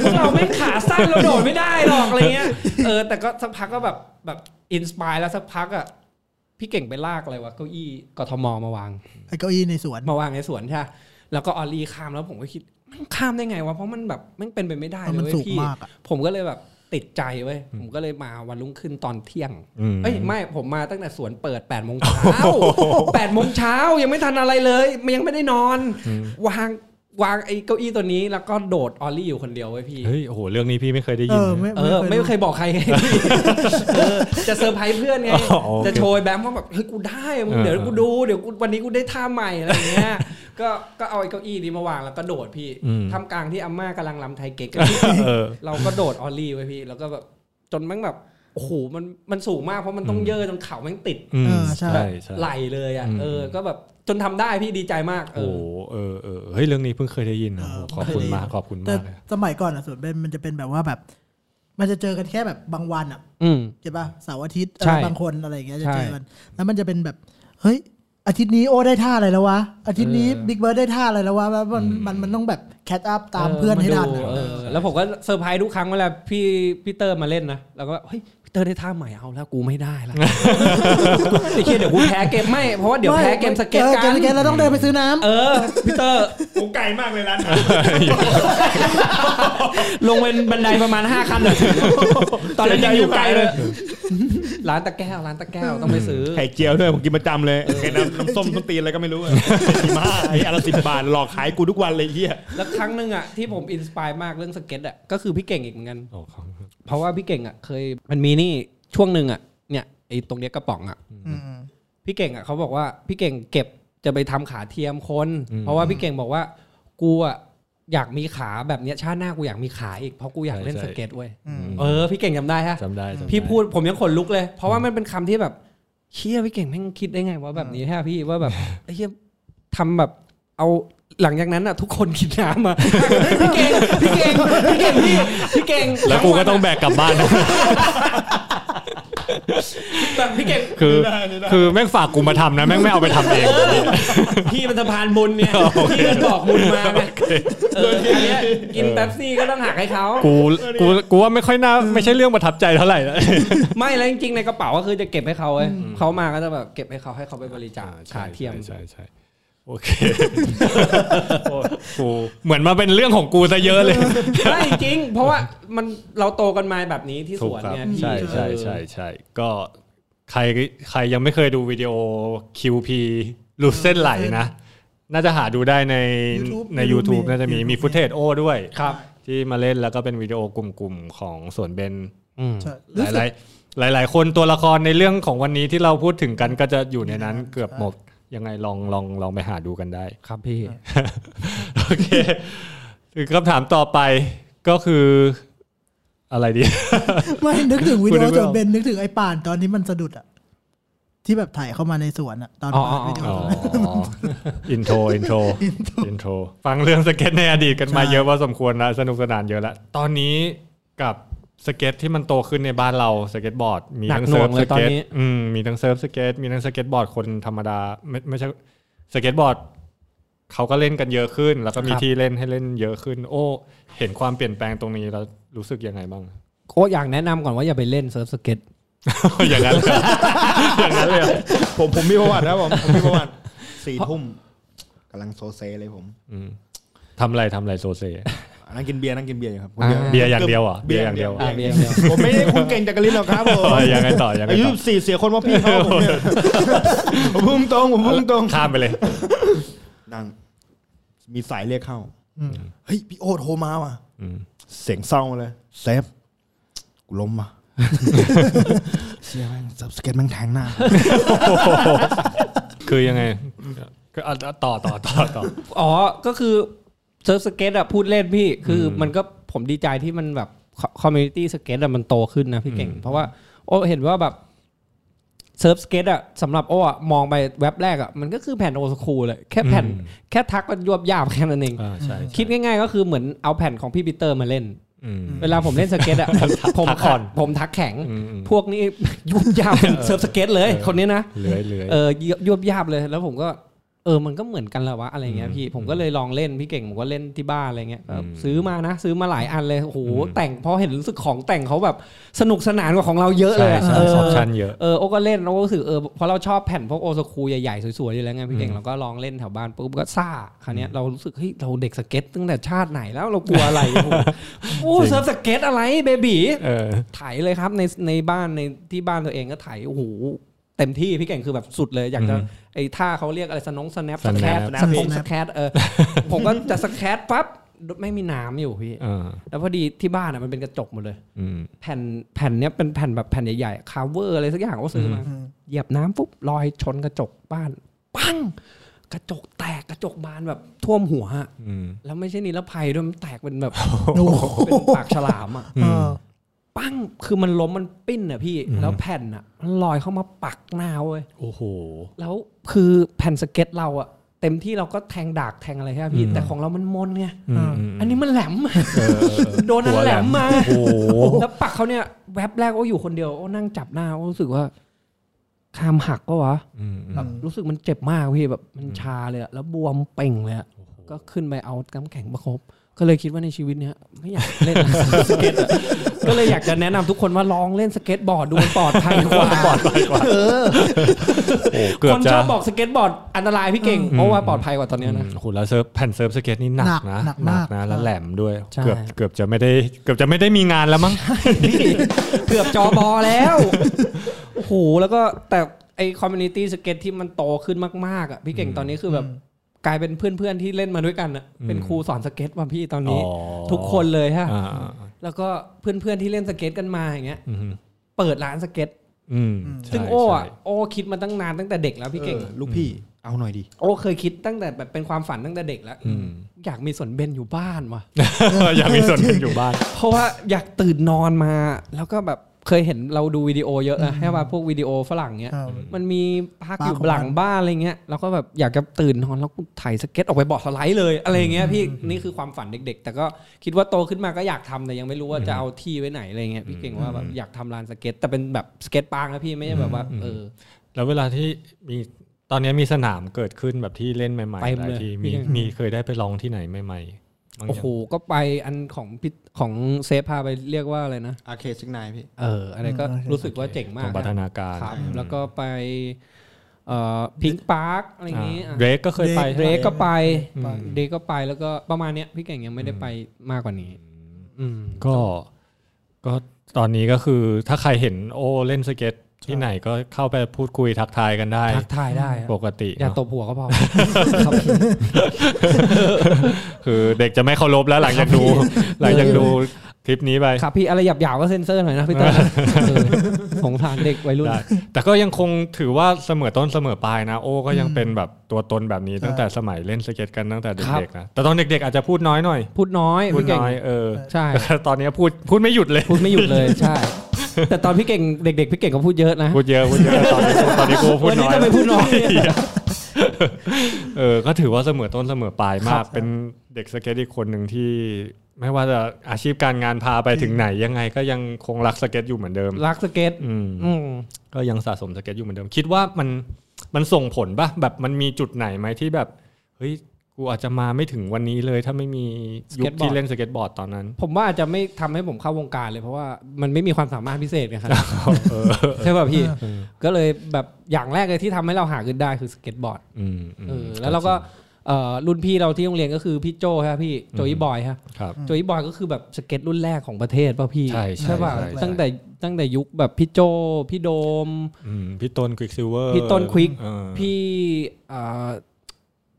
E: พวกเราไม่งขาสั้นเราโดดไม่ได้หรอกอะไรเงี้ย เออ แต่ก็สักพักก็แบบแบบอินสปายแล้วสักพักอะพี่เก่งไปลากอะไรวะเก้าอี้กทมมาวาง
F: ๆไอ้เก้าอี้ในสวน
E: มาวางในสวนใช่ปะแล้วก็ออลลี่ข้ามแล้วผมก็คิดแม่งข้ามได้ไงวะ เพราะมันแบบแม่งเป็นไปไม่ได้เลย
F: มัน
E: เว้ย
F: สูง
E: พี่
F: มากอะ
E: ผมก็เลยแบบติดใจเว้ย ผมก็เลยมาวันรุ่งขึ้นตอนเที่ยง
D: อืม
E: เอ้ยไม่ผมมาตั้งแต่สวนเปิด8ปดโมงเช้าแปดโมงเช้ายังไม่ทันอะไรเลยมันยังไม่ได้นอน วางวางไอ้เก้าอี้ตัวนี้ แล้วก็โดดออลลี่อยู่คนเดียวเว้ยพี่
D: เฮ้ยโอ้โหเรื่องนี้พี่ไม่เคยได้
F: เอ
D: ยิน
F: อไม่
E: เออ
F: ไม่
E: ไม่
F: เค
E: เค
F: ย
E: ยบอกใครไง เออจะเซอร์ไพรส์เพื่อนไง
D: อ๋อโอเค
E: จะโชยแบมว่าแบบเฮ้ยกูได้มึง
D: เออ
E: เดี๋ยวกูดูเดี๋ยวกูวันนี้กูได้ท่าใหม่อะไรอย่างเงี้ย ก็ก็เอาไอ้เก้าอี้นี้มาวางแล้วก็โดดพี่ทำกลางที่อาม่ากำลังรำไทยเก๊กกันพี่
D: เออ
E: เราก็โดดออลลี่ไว้พี่ แล้วก็แบบจนแม่งแบบโอ้โหมันมันสูงมากเพราะมันต้องเยอะจนเข่าแม่งติด
D: อืม
F: เออใช่
D: ใช่ใช่
E: ไหลเลยอ่ะ
D: อืม
E: เออ ก็แบบจนทำได้พี่ดีใจมากเอ
D: โอ้
E: อ
D: โหเออเออเฮ้ยเรื่องนี้เพิ่งเคยได้ยินนะ
F: เออ
D: โอ้โหขอบคุ
F: เค
D: ณ
F: ยได้ยิน
D: มากขอบคุณ
F: แต่
D: มากเลย
F: สมัยก่อนอะสวนเบนมันจะเป็นแบบว่าแบบ มันจะเจอกันแค่แบบบางวันอะ
E: อืม
F: ใช่ป่ะเสาร์อาทิตย์
E: ใช่
F: อะไรบางคนอะไรอย่างเงี้ยจะเจอ
E: ใช่
F: กัน แล้วมันจะเป็นแบบเฮ้ยอาทิตย์นี้โอได้ท่าอะไรแล้ววะอาทิตย์นี้
E: เออ
F: บิ๊กเบิร์ดได้ท่าอะไรแล้ววะแล้วมันมันมันต้องแบบแคทอัพตามเพื่อนให้ทันอะ
E: เออแล้วผมก็เซอร์ไพรส์ทุกครั้งเวลาพี่พี่เตอร์มาเล่นนะแล้วก็เฮ้ยพี่เตอร์ได้ท่าใหม่เอาแล้วกูไม่ได้ ละไอ้เคียเดี๋ยวกูแพ้เกมไม่เพราะว่าเดี๋ยวแพ้เกมสเก็ต
F: ออ
E: กั
F: เกม
E: น
F: สเก็ตแล้วต้องเดินไปซื้อน้ำ
E: เออพี่เตอร์
G: กูไกลมากเลยร้าน
E: ลงเป็นบันไดประมาณ 5 ขั้นเลยตอนนั้นยังอยู่ไกลเลย ร้านตะแก้วร้านตะแก้วต้องไปซื้อ
C: ไข่เจียวด้วยผมกินประจำเลยไข่น้ำน้ำส้มต้นตีนอะไรก็ไม่รู้อะสิบห้าไอ้อันละสิบบาทหลอกขายกูทุกวันเลยไอ้เฮีย
E: แล้วครั้งหนึ่งอ่ะที่ผมอินสปายมากเรื่องสเก็ตอ่ะก็คือพี่เก่งอีกเหมือนกัน
D: โอ้ขอบคุณ
E: เพราะว่าพี่เก่งอ่ะเคยมันมีนี่ช่วงหนึ่งอ่ะเนี่ยไอ้ตรงเนี้ยกระป๋องอ่ะ
F: ม
E: พี่เก่งอ่ะเขาบอกว่าพี่เก่งเก็บจะไปทำขาเทียมคน เพราะว่าพี่เก่งบอกว่ากูอ่ะอยากมีขาแบบเนี้ยชาติหน้ากูอยากมีขาอีกเพราะกูอยากเล่นสเก็ตเว้ย
F: อืม
E: เออพี่เก่งจำได้ฮะ
D: จำได้จำไ
E: พี่พูดผมยังขนลุกเลย เพราะว่ามันเป็นคำที่แบบเชี่ยพี่เก่งแม่งคิดได้ไงว่าแบบนี้ฮะพี่ว่าแบบไอ้เชี่ยทำแบบเอาหลังจากนั้นอ่ะทุกคนกินน้ำอ่ะพี่เก่งพี่เก่งพี่เก่งพี่พี่เก่ง
D: แล้วกูก็ต้องแบกกลับบ้าน นะ
E: แบบพี่เก่ง
D: คือคือแม่งฝากกูมาทำนะ แม่งไม่เอาไปทำ เอง
E: พี่มันสะพานบุญ เนี่ยพี่มันบอกบุญมาไงเอออันเนี้ยกินแป๊บซี่ก็ต้องหักให้เขา
D: กูกูกูว่าไม่ค่อยน่าไม่ใช่เรื่องประทับใจเท่าไหร่นะ
E: ไม่แล้วจริงๆในกระเป๋าก็คือจะเก็บให้เขาเว้ยเขามาก็จะแบบเก็บให้เขาให้เขาไปบริจาคขาเทียม
D: ใช่ใช่โอเค โอ้กูเหมือนมาเป็นเรื่องของกูซะเยอะเลย
E: ไม่จริง เพราะว่ามันเราโตกันมาแบบนี้ที่ส
D: ถูก
E: วน
D: ครับ
E: ไงพี่
D: ใช่ใช่ใช่ใช่ก็ใครใครยังไม่เคยดูวิดีโอ QP หลุดเส้นไหลนะ น่าจะหาดูได้ใน
F: YouTube
D: ใน
F: YouTube
D: YouTube
F: มี
D: น่าจะมี
F: YouTube
D: มีฟุตเทจโอด้วย
E: ครับ
D: ที่มาเล่นแล้วก็เป็นวิดีโอกลุ่มๆ ของสวนเบน
F: ใช่
D: ห
F: รู้สึก
D: ลายๆหลาย ๆ คนตัวละครในเรื่องของวันนี้ที่เราพูดถึงกันก็จะอยู่ในนั้นเกือบหมด ยังไงลองลองลองไปหาดูกันได้
E: ครับพี่
D: โอเคถึงคำถามต่อไปก็คืออะไรดี
F: ไม่นึกถึงวิดี
D: คุณนึ
F: โอก
D: ไม่
F: จด
D: ออก
F: เบนนึกถึงไอ้ป่านตอนที่มันสะดุดอะที่แบบถ่ายเข้ามาในสวนอะตอน
E: อ๋อ
F: ป่านวิดีโอ
D: อ๋อ
F: อ
D: อินโทรอินโทรอินโทรฟังเรื่องสเก็ตในอดีตกันมา
F: ใช่
D: เยอะพอสมควรแล้วสนุกสนานเยอะแล้ว ตอนนี้กับสเก็ตที่มันโตขึ้นในบ้านเราสเก็ตบอร์ด มี
E: หนัก
D: ทั้ง
E: หน่
D: เซิ
E: ว
D: ร์
E: ง
D: ฟ
E: เล
D: ส
E: ยตอน
D: เก็ต
E: นี้
D: อืมมีทั้งเซิร์ฟสเก็ตมีทั้งสเก็ตบอร์ดคนธรรมดาไม่ไม่ใช่สเก็ตบอร์ดเขาก็เล่นกันเยอะขึ้น แล้วก็มี
E: ครับ
D: ที่เล่นให้เล่นเยอะขึ้น โอ้ เห็นความเปลี่ยนแปลงตรงนี้แล้วรู้สึกยังไง บ้าง
E: โอ้อยากแนะนำก่อนว่าอย่าไปเล่นเซิร์ฟสเก็ต
D: อย่างนั้นเลยอย่างนั้นเลยเหรอ
G: ผมผมมีประวัตินะผมผมมีประวัติสี่ทุ่มกำลังโซเซเลยผม
D: อืม ทำอะไรทำอะไรโซเซ
G: นั่งกินเบียร์นั่งกินเบียร์อยู่ครับ
E: อ่า
D: เบียร์อย่างเดียวเหรอ่ะเบียร์อย่างเดียว
E: อ่าเบียร์อย่างเดียว
G: ผมไม่ได้คุณเก่งจากกะลินหรอกครับผม
D: เออยังไงต่อยังไงต่ออ
G: ยุสี่เสียคนเพราะพี่เขาผมเนี่ย ผมพุ่งตรงผมพุ่งตรง
D: ข้ามไปเลย
G: นั่งมีสายเรียกเข้าเฮ้ยพี่โอ๊ตโทรมาว่ะ
D: อืม
G: เสียงเศร้าเลยเซฟกูล้ม ว่ะเสียแม่งสับสเก็ตแม่งแทงหน้า
D: คือยังไงก็อ่ะต่อต่อต่อต่อ
E: อ๋อ ก็คือเซิร์ฟสเก็ตอะพูดเล่นพี่ คือมันก็ผมดีใจที่มันแบบคอมมูนิตี้สเก็ตอะมันโตขึ้นนะพี่เก่ง เพราะว่าโอ้เห็นว่าแบบเซิร์ฟสเก็ตอะสำหรับโอ้อะมองไปแว็บแรกอะมันก็คือแผ่นโอสคูลเลย แค่แผ่น
D: อืม
E: แค่ทักมันยวบยาบแค่นั้นเอง
D: อ่าใช่ใช่
E: คิดง่ายๆก็คือเหมือนเอาแผ่นของพี่ปีเตอร์มาเล่น
D: อืม
E: เวลาผมเล่นสเก็ตอะผมผม
D: ทักอ่อน
E: ผมทักแข็ง
D: อืมอืม
E: พวกนี้ ยุบ ยาบเซิร์ฟสเก็ตเลย คนนี้นะ
D: เหลือยเหลือย
E: เออยวบยาบเลยแล้วผมก็เออมันก็เหมือนกันแหละวะอะไรเงี้ยพี่ผมก็เลยลองเล่นพี่เก่งผมก็เล่นที่บ้านอะไรเงี้ยก็
D: อืม
E: ซื้อมานะซื้อมาหลายอันเลยโอ้โห
D: อืม
E: แต่งพอเห็นรู้สึกของแต่งเขาแบบสนุกสนานกว่าของเราเยอะเลย
D: ใช่
E: อะ
D: ใช่
E: เออ
D: ชอบชั้นเยอะ
E: เออโอ้ก็เล่นโอ้ก็รู้สึกเออเพราะเราชอบแผ่นพวกโอซาคูใหญ่ๆสวยๆอยู่แล้วไงพี่เก่ง
D: อืม
E: เราก็ลองเล่นแถวบ้านปุ๊บก็ซ่าคราวเนี้ยเรารู้สึกเฮ้ยเราเด็กสเก็ตตั้งแต่ชาติไหนแล้วเรากลัวอะไร โอ้โหโอ้เซิร์ฟสเก็ตอะไรเบบี
D: เออ
E: ไถเลยครับในในบ้านในที่บ้านตัวเองก็ไถโอ้โหเต็มที่พี่เก่งคือแบบสุดเลยอยากจะ
D: อืม
E: ไอ้ท่าเขาเรียกอะไรสนงสแนปส
D: Snap
E: แคต
G: Snap
E: สนงสแคตเออ ผมก็จะสแคตปั๊บไม่มีน้ำอยู่พี่
D: เออ
E: แล้วพอดีที่บ้านอ่ะมันเป็นกระจกหมดเลย
D: อืม
E: แผ่นแผ่นเนี้ยเป็นแผ่นแบบแผ่นใหญ่ๆคาเวอร์อะไรสักอย่างก็ซื้อมา
F: อืม
E: เหยียบน้ำปุ๊บลอยชนกระจกบ้าน ปัง กระจกแตกกระจกบานแบบท่วมหัวอะ
D: อืม
E: แล้วไม่ใช่นิรภัยด้วยมันแตกเป็นแบบ
F: โอ้โห
E: เป็นปากฉลามอ่ะ
D: อืม
E: ปั้งคือมันล้มมันปิ้นอ่ะพี่
D: อืม
E: แล้วแผ่นอ่ะมันลอยเข้ามาปักหน้าเว้ย
D: โอ้โห
E: แล้วคือแผ่นสเก็ตเราอะเต็มที่เราก็แทงดากแทงอะไรใช่ไหมพี่
D: อืม
E: แต่ของเรามันมนไง
D: อืมม
E: อันนี้มันแหล ม
D: เออเออเออ
E: โดนอันแหลมมา
D: โอ้โห
E: แล้วปักเขาเนี่ยแวบแรกก็อยู่คนเดียวก็นั่งจับหน้าก็รู้สึกว่าคามหักก็วะ
D: อืมอืม
E: แบบรู้สึกมันเจ็บมากพี่แบบมันชาเลยอะแล้วบวมเป่งเลยอะก็ขึ้นไปเอาน้ำแข็งประคบ ก็เลยคิดว่าในชีวิตเนี้ยไม่อยากเล่น สเก็ตอะ ก็เลยอยากจะแนะนำทุกคนว่าลองเล่นสเก็ตบอร์ดดูมันปลอดภัยกว่า
D: โอ้เกือบ
E: คน
D: จะ
E: ชอบบอกสเก็ตบอร์ดอันตรายพี่เก่งเพราะว่าปลอดภัยกว่าตอนเนี้ยนะ
D: โอ้โหแล้วเซิร์ฟแผ่นเซิร์ฟสเก็ตนี่หนักนะ
F: หนักหนักมาก
D: นะแล้วแหลมด้วย
E: ใช่
D: เกือบเกือบจะไม่ได้เกือบจะไม่ได้มีงานแล้วมั้ง
E: เกือบจอบอแล้ว โอ้โห แล้วก็แต่ไอคอมมูนิตี้สเก็ตที่มันโตขึ้นมากๆอ่ะพี่เก่งตอนนี้คือแบบกลายเป็นเพื่อนๆที่เล่นมาด้วยกันอ่ะ
D: อืม
E: เป็นครูสอนสเก็ตว่ะพี่ตอน
D: อ๋อ
E: นี้ ทุกคนเลยฮะ
D: อ่า
E: แล้วก็เพื่อนๆที่เล่นสเก็ตกันมาอย่างเงี้ย
D: อืม
E: เปิดร้านสเก็ต
D: อืม
E: ซึ่ง
D: ใช่
E: โอ้อะ
D: ใช่
E: โอ้คิดมาตั้งนานตั้งแต่เด็กแล้วพี่เก่ง
G: ออลูกพี่เอาหน่อยดิ
E: โอ้เคยคิดตั้งแต่แบบเป็นความฝันตั้งแต่เด็กแล้ว
D: อืม
E: อยากมีสวนเบนอยู่บ้านว่ะ
D: อยากมีส่วน เป็นอยู่บ้าน
E: เพราะว่าอยากตื่นนอนมา แล้วก็แบบเคยเห็นเราดูวิดีโอเยอะนะแค่ว่าพวกวิดีโอฝรั่งเนี้ย
F: ครับ
E: มันมีพักอยู่
F: พักของมัน
E: หลังบ้านอะไรเงี้ยเราก็แบบอยากจะตื่นนอนแล้วกูถ่ายสเก็ตออกไปบอร์ดสไลด์เลยอะไรเงี้ยพี่นี่คือความฝันเด็กๆ แต่ก็คิดว่าโตขึ้นมาก็อยากทำแต่ยังไม่รู้ว่าจะเอาที่ไว้ไหนอะไรเงี้ยพี่เก่งว่าแบบอยากทำลานสเก็ต แต่เป็นแบบสเก็ตปางนะพี่ไม่ใช่แบบว่าเออ
D: แล้วเวลาที่มีตอนนี้มีสนามเกิดขึ้นแบบที่เล่นใหม่ๆ
E: เต็ม
D: หลา
E: เลย ย
D: ที่มี
E: พี่
D: มีเคยได้ไปลองที่ไหนใหม่ๆบ้างยัง
E: โอ้โหก็ไปอันของพี่ของเซฟพาไปเรียกว่าอะไรนะ
G: อาเคซิกนายพี่
E: เอออะไรก็รู้สึกว่าเจ๋งมา
D: ตร
E: ก
D: ง
E: นะ
D: พัฒนาการ
E: ครับแล้วก็ไปเอ่อพิงพาร์คอะไรอย่างนี้
D: เรกก็เคยไป
E: เร
D: ใช่ไหม
E: ก็ไป
D: อืม
E: เดก็ไปแล้วก็ประมาณเนี้ยพี่เก่งยังไม่ได้ไปมากกว่านี้ อืม
D: ก็ก็ตอนนี้ก็คือถ้าใครเห็นโอ้เล่นสเก็ตที่ไหนก็เข้าไปพูดคุยทักทายกันได้
E: ทักทายได้อะ
D: ปกติ
E: อย่าต
D: เนอะ
E: บหัวก็พอ
D: คือเด็กจะไม่เคารพแล้วหลังจากดู หลังจากดูคลิปนี้ไป
E: ครับพี่อะไรหยาบๆก็เซ็นเซอร์หน่อยนะพี่เต้นเออสงสารเด็กวัยรุ่น
D: ได้แต่ก็ยังคงถือว่าเสมอต้นเสมอปลายนะ โอ้ก็ยังเป็นแบบตัวตนแบบนี้ตั้งแต่สมัยเล่นสเก็ตกันตั้งแต่
E: ครับ
D: เด็กๆนะแต่ตอนเด็กๆอาจจะพูดน้อยหน่อย
E: พูดน้อย
D: พูด
E: พี่เก่ง
D: น้อยเออ
E: ใช่
D: แต่ตอนนี้พูดพูดไม่หยุดเลย
E: พูดไม่หยุดเลยใช่ แต่ตอนพี่เก่งเด็ก ๆ พี่เก่งก็พูดเยอะนะ
D: พูดเยอะพูดเยอะตอนนี้ตอนนี้กูพูด
E: วัน
D: น้
E: นี้
D: อย
E: ทำไมพูดน้อย
D: เหี้ย เออก็ถือว่าเสมอต้นเสมอปลายมาก เป็นเด็กสเก็ตอีกคนหนึ่งที่ ไม่ว่าจะอาชีพการงานพาไปถึงไหนยังไง ก็ยังคงรักสเก็ตอยู่เหมือนเดิม
E: รักสเก็ต
D: อืม
E: อืม
D: ก็ยังสะสมสเก็ตอยู่เหมือนเดิม คิดว่ามันมันส่งผลปะแบบมันมีจุดไหนไหมที่แบบเฮ้ยกูอาจจะมาไม่ถึงวันนี้เลย ถ้าไม่มียุคที่เล่นสเก็ตบอร์ดตอนนั้น
E: ผมว่าอาจจะไม่ทำให้ผมเข้าวงการเลยเพราะว่ามันไม่มีความสามารถพิเศษนะครับ
D: เออ
E: ใช่ป่ะพี่ ก็เลยแบบอย่างแรกเลยที่ทำให้เราหาเงินได้คือสเก็ตบอร์ด
D: อืมอืม
E: เออแล้วเราก็ เอ่อรุ่นพี่เราที่โรงเรียนก็คือพี่โจฮะพี่โจยบอยฮะ
D: ครับ
E: โจยบอยก็คือแบบสเก็ตรุ่นแรกของประเทศป่ะพี่
D: ใช่ใช่
E: ป่ะ
D: ใช่ใช่
E: ตั้งแต่ตั้งแต่ยุคแบบพี่โจพี่โดม
D: อืมพี่ต้นควิกซิลเวอร์
E: พี่ต้น Quick พี่เอ่อ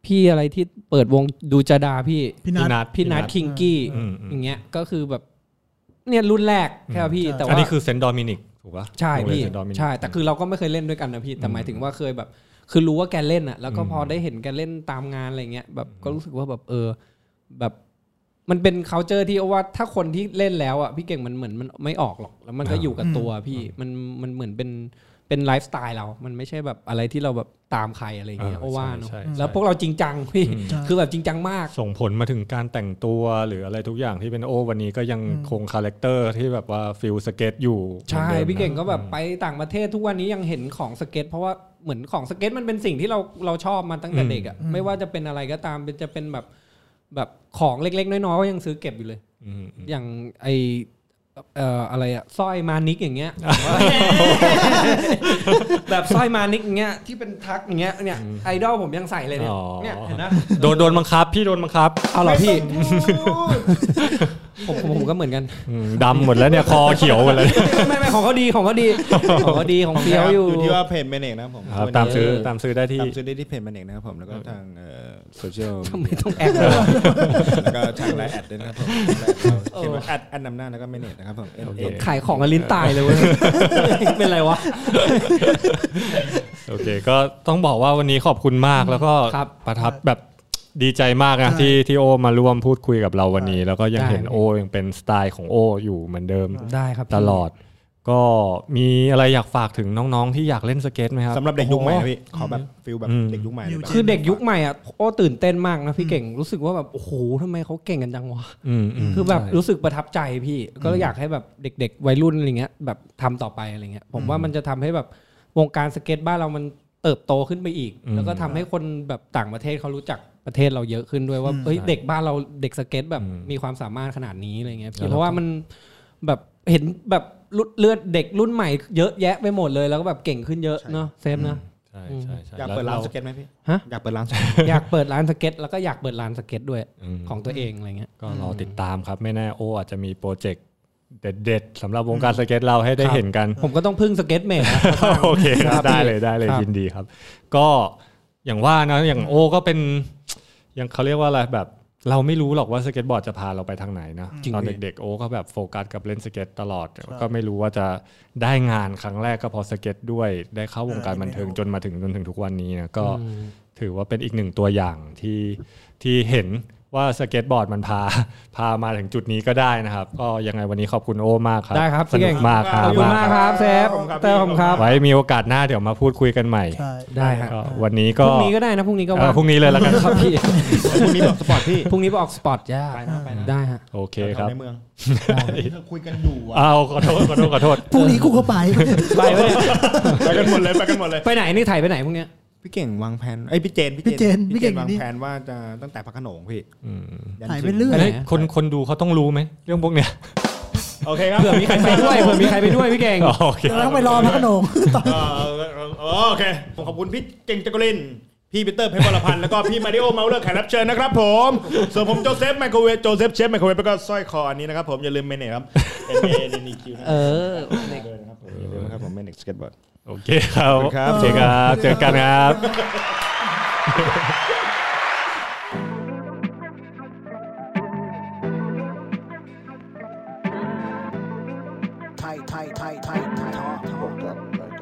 E: พี่อะไรที่เปิดวงดูจาดาพี่
F: พี่นัท
D: นัท
E: พี่นัทคิงกี้
D: อืมอืม
E: อย่างเงี้ยก็คือแบบเนี่ยรุ่นแรกแค่พี่
F: ใช่
E: แต่
D: อัน
E: ว่า
D: นี้คือเซนต์ดอมินิกถูกปะ
E: ใช่
D: โรงเรีย
E: พี่
D: นเซนต์ดอมินิก
E: ใช่แต่คือเราก็ไม่เคยเล่นด้วยกันนะพี่แต่หมายถึงว่าเคยแบบ คือรู้ว่าแกเล่นอ่ะ แล้วก็พอได้เห็นแกเล่นตามงานอะไรเงี้ยแบบก็รู้สึกว่าแบบเออ แบบ มันเป็น c u เจอร์ที่ว่าถ้าคนที่เล่นแล้วอ่ะพี่เก่งมันเหมือนมันไม่ออกหรอก แล้วมันก็
D: อ่า
E: อยู่กับตัวพี่มันมันเหมือนเป็นเป็นไลฟ์สไตล์เรา มันไม่ใช่แบบอะไรที่เราแบบตามใครอะไรเงี้ยโอว่าเนอะ
D: ใช่ใช่
E: แล้วพวกเราจริงจังพี่
F: ใช่
E: คือแบบจริงจังมาก
D: ส่งผลมาถึงการแต่งตัวหรืออะไรทุกอย่างที่เป็นโอวันนี้ก็ยังคงคาแรคเตอร์ที่แบบว่าฟิลสเก็ตอยู่
E: ใช่
D: หมือนดิมนะ
E: พี่เก่งก็แบบไปต่างประเทศทุกวันนี้ยังเห็นของสเก็ต เพราะว่าเหมือนของสเก็ตมันเป็นสิ่งที่เราเราชอบมาตั้งแต่
D: อืม
E: เด็กอะไม่ว่าจะเป็นอะไรก็ตามเป็นจะเป็นแบบแบบของเล็กๆ น้อยๆก็ยังซื้อเก็บอยู่เลย
D: อืมอืม
E: อย่างไอเอ่ออะไรอะสร้อยมานิก อย่างเงี้ย แบบสร้อยมานิกอย่างเงี้ยที่เป็นทักอย่างเงี้ยเนี่ยไอดอลผมยังใส่เลยเนี่ยเนี่ยเห็นนะ
D: โดนโดนบังคับ พี่โดนบังคับ
E: เอาเหรอพี่
G: พู ด
E: ผมผมผมก็เหมือนกัน
D: อืมดำหมดแล้วเนี่ยคอเขียวหมดแล้วเนี่ย
E: ไม่ไม่ไม่ของเขาดีของเขาดีของเขาดีของเฟี้ยวอยู่
H: อยู่ที่ว่าเพจแมเนกนะครับผม
D: อ่าตามซื้อตามซื้อได้ที่
H: ตามซื้อได้ที่เพจแมเนกนะครับผม แล้วก็ทางโซเชียล
E: ทำไมต้องแอคด้วยวะ
H: แล้วก็ทางไลน์แอดด้วยนะครับผมเขียนว่าแอดแอดนำหน้าแล้วก็แมเนจนะครับผม M
D: โอเค
H: A
E: ขายของอลินตายเลยเว้ย เป็นไรวะ
D: โอเค ก็ต้องบอกว่าวันนี้ขอบคุณมากแล้วก็
E: ครับ
D: ประทับแบบดีใจมากนะ
F: ใช่
D: ที่ที่โอมาร่วมพูดคุยกับเราวันนี้ แล้วก็ยัง
E: ได้
D: เห็นโอยังเป็นสไตล์ของโออยู่เหมือนเดิม
E: ได้ครับ
D: ตลอด ก็มีอะไรอยากฝากถึงน้องๆ ที่อยากเล่นสเก็ตไหมครับ
H: สำหรับเด็กยุคใหม่นะพี่ ขอแบบฟิลแบบ
D: อืม
H: เด็กยุคใหม่เลยแบบ
E: คือเด็กยุคใหม่อ่ะโอ้ตื่นเต้นมากนะพี่เก่งรู้สึกว่าแบบโอ้โหทำไมเขาเก่งกันจังวะ
D: อืมม
E: คือแบบ
D: ใช่
E: รู้สึกประทับใจพี่ ก็อยากให้แบบเด็ก ๆ วัยรุ่นอะไรเงี้ยแบบทำต่อไปอะไรเงี้ยผมว่ามันจะทำให้แบบวงการสเก็ตบ้านเรามันเติบโตขึ้นไปอีก
D: อืม
E: แล้วก็ทำให้คนแบบต่างประเทศเขารู้จักประเทศเราเยอะขึ้นด้วยว่าเอ้ย
D: ใช่
E: เด็กบ้านเราเด็กสเก็ตแบบ
D: อืม
E: มีความสามารถขนาดนี้อะไรเงี้ย
D: แล้
E: พี่
D: วเรา
E: เพราะว่ามัน แบบเห็นแบบรุ่นเลือดเด็กรุ่นใหม่เยอะแยะไปหมดเลยแล้วก็แบบเก่งขึ้นเยอะเนาะเซฟนะ
D: ใช่ใช่ใช่
H: อยากเปิดร้านส
D: แล้ว
H: เก็ตไหมพี่
E: ฮะ
H: อยากเปิดร้านสเก็ต
E: อยากเปิดร้านสเก็ต แล้วก็อยากเปิดร้านสเก็ตด้วย
D: อืม
E: ของตัวเองอะไรเงี้ย
D: ก็รอติดตามครับ ไม่แน่โออาจจะมีโปรเจกต์เด็ดๆสำหรับวงการสเก็ตเราให้ได้
E: ครับ
D: เห็นกัน
E: ผมก็ต้องพึ่งสเก็ตเมทนะ
D: โอเค
E: ครับ
D: ได้เลยได้เลย
E: ครับ
D: ยินดีครับ ก็อย่างว่านะอย่างโอก็เป็นยังเขาเรียกว่าอะไรแบบ เราไม่รู้หรอกว่าสเก็ตบอร์ดจะพาเราไปทางไหนนะตอนเด็กๆโอก็แบบโฟกัสกับเล่นสเก็ตตลอด ก็ไม่รู้ว่าจะได้งานครั้งแรกก็เพอสเก็ตด้วยได้เข้าวงการบันเทิงจนมาถึงจนถึงทุกวันนี้นะก็ ถือว่าเป็นอีกหนึ่งตัวอย่างที่ที่เห็นว่าสเก็ตบอร์ดมันพา พามาถึงจุดนี้ก็ได้นะครับ ก็ยังไงวันนี้ขอบคุณโอมากครับ
E: ได้ครับ
D: ส
E: พี่
D: นุ
E: เก่
D: ก
E: ง
D: มากครับ
E: ขอบคุณมากครับเซฟ
G: ขอบคุณครับ
E: เตอร์ผมครับ
D: ไว้มีโอกาสหน้าเดี๋ยวมาพูดคุยกันใหม่
F: ใช่
E: ได้ฮะ
D: ก็วันนี้
E: พ
D: ก็
E: รุ่งนี้ก็ได้นะพรุ่งนี้ก็
D: เอ่
E: ว่า
D: อง พรุ่งนี้เลยแล้วกัน
E: ครับพี่
H: คุณมีแบบสปอร์ตพี่
E: พรุ่งนี้ไปออกสปอร์ตจ้าได้ฮะ
D: โอเคครับ
H: ในเมือง
G: เธอคุยกันอยู่อ่ะ
D: เอาขอโทษขอโทษขอโทษ
F: พรุ่งนี้กูก็ไป
E: ไปปะเนี่ย
G: ไปกันหมดเลยไปกันหมดเลย
E: ไปไหนนี่ถ่ายไปไหนพรุ่งเนี้ย
H: พี่เก่งวางแผนไอ้ยพี่เจน
F: พี่เจนพี่
H: พี่เจ
F: เก่
H: น
F: ง
H: วาง
F: นี่
H: แผนว่าจะตั้งแต่พระโขนงพี่
D: อืม
H: น
F: ถ่าย
H: ชิง
F: ไปเรื่อย
D: เฮ้ยคนคนดูเขาต้องรู้ไหมเรื่องพวกเนี้ย
G: โอเคครับ
E: เผื่อมีใครไปด้วยเผื่อมีใครไปด้วยพี่เก่ง
D: อ๋อโอเค
F: แล้วไปรอพระโขนง
G: เออเออเออโอเคผมขอบคุณพี่เก่งจักริน พี่ปีเตอร์เพชรวรพันธ์แล้วก็พี่มาริโอเมาเลอร์แขกรับเชิญนะครับผมส่วนผมโจเซฟไมโครเวฟโจเซฟเชฟไมโครเวฟแล้วก็สร้อยคออันนี้นะครับผมอย่าลืมเมเนจครับ M A N E Q นะ
E: เออ
G: เลยนะครับผม
H: อย่าลืมนะครับผมแมนเน็กสเก็ตบอร์ด
D: โอเคครับ
H: ขอบคุณครับ
D: โอเคครับเจอกันครับ
B: tight, tight, tight, tight, tight, tight.
A: Pocahontas.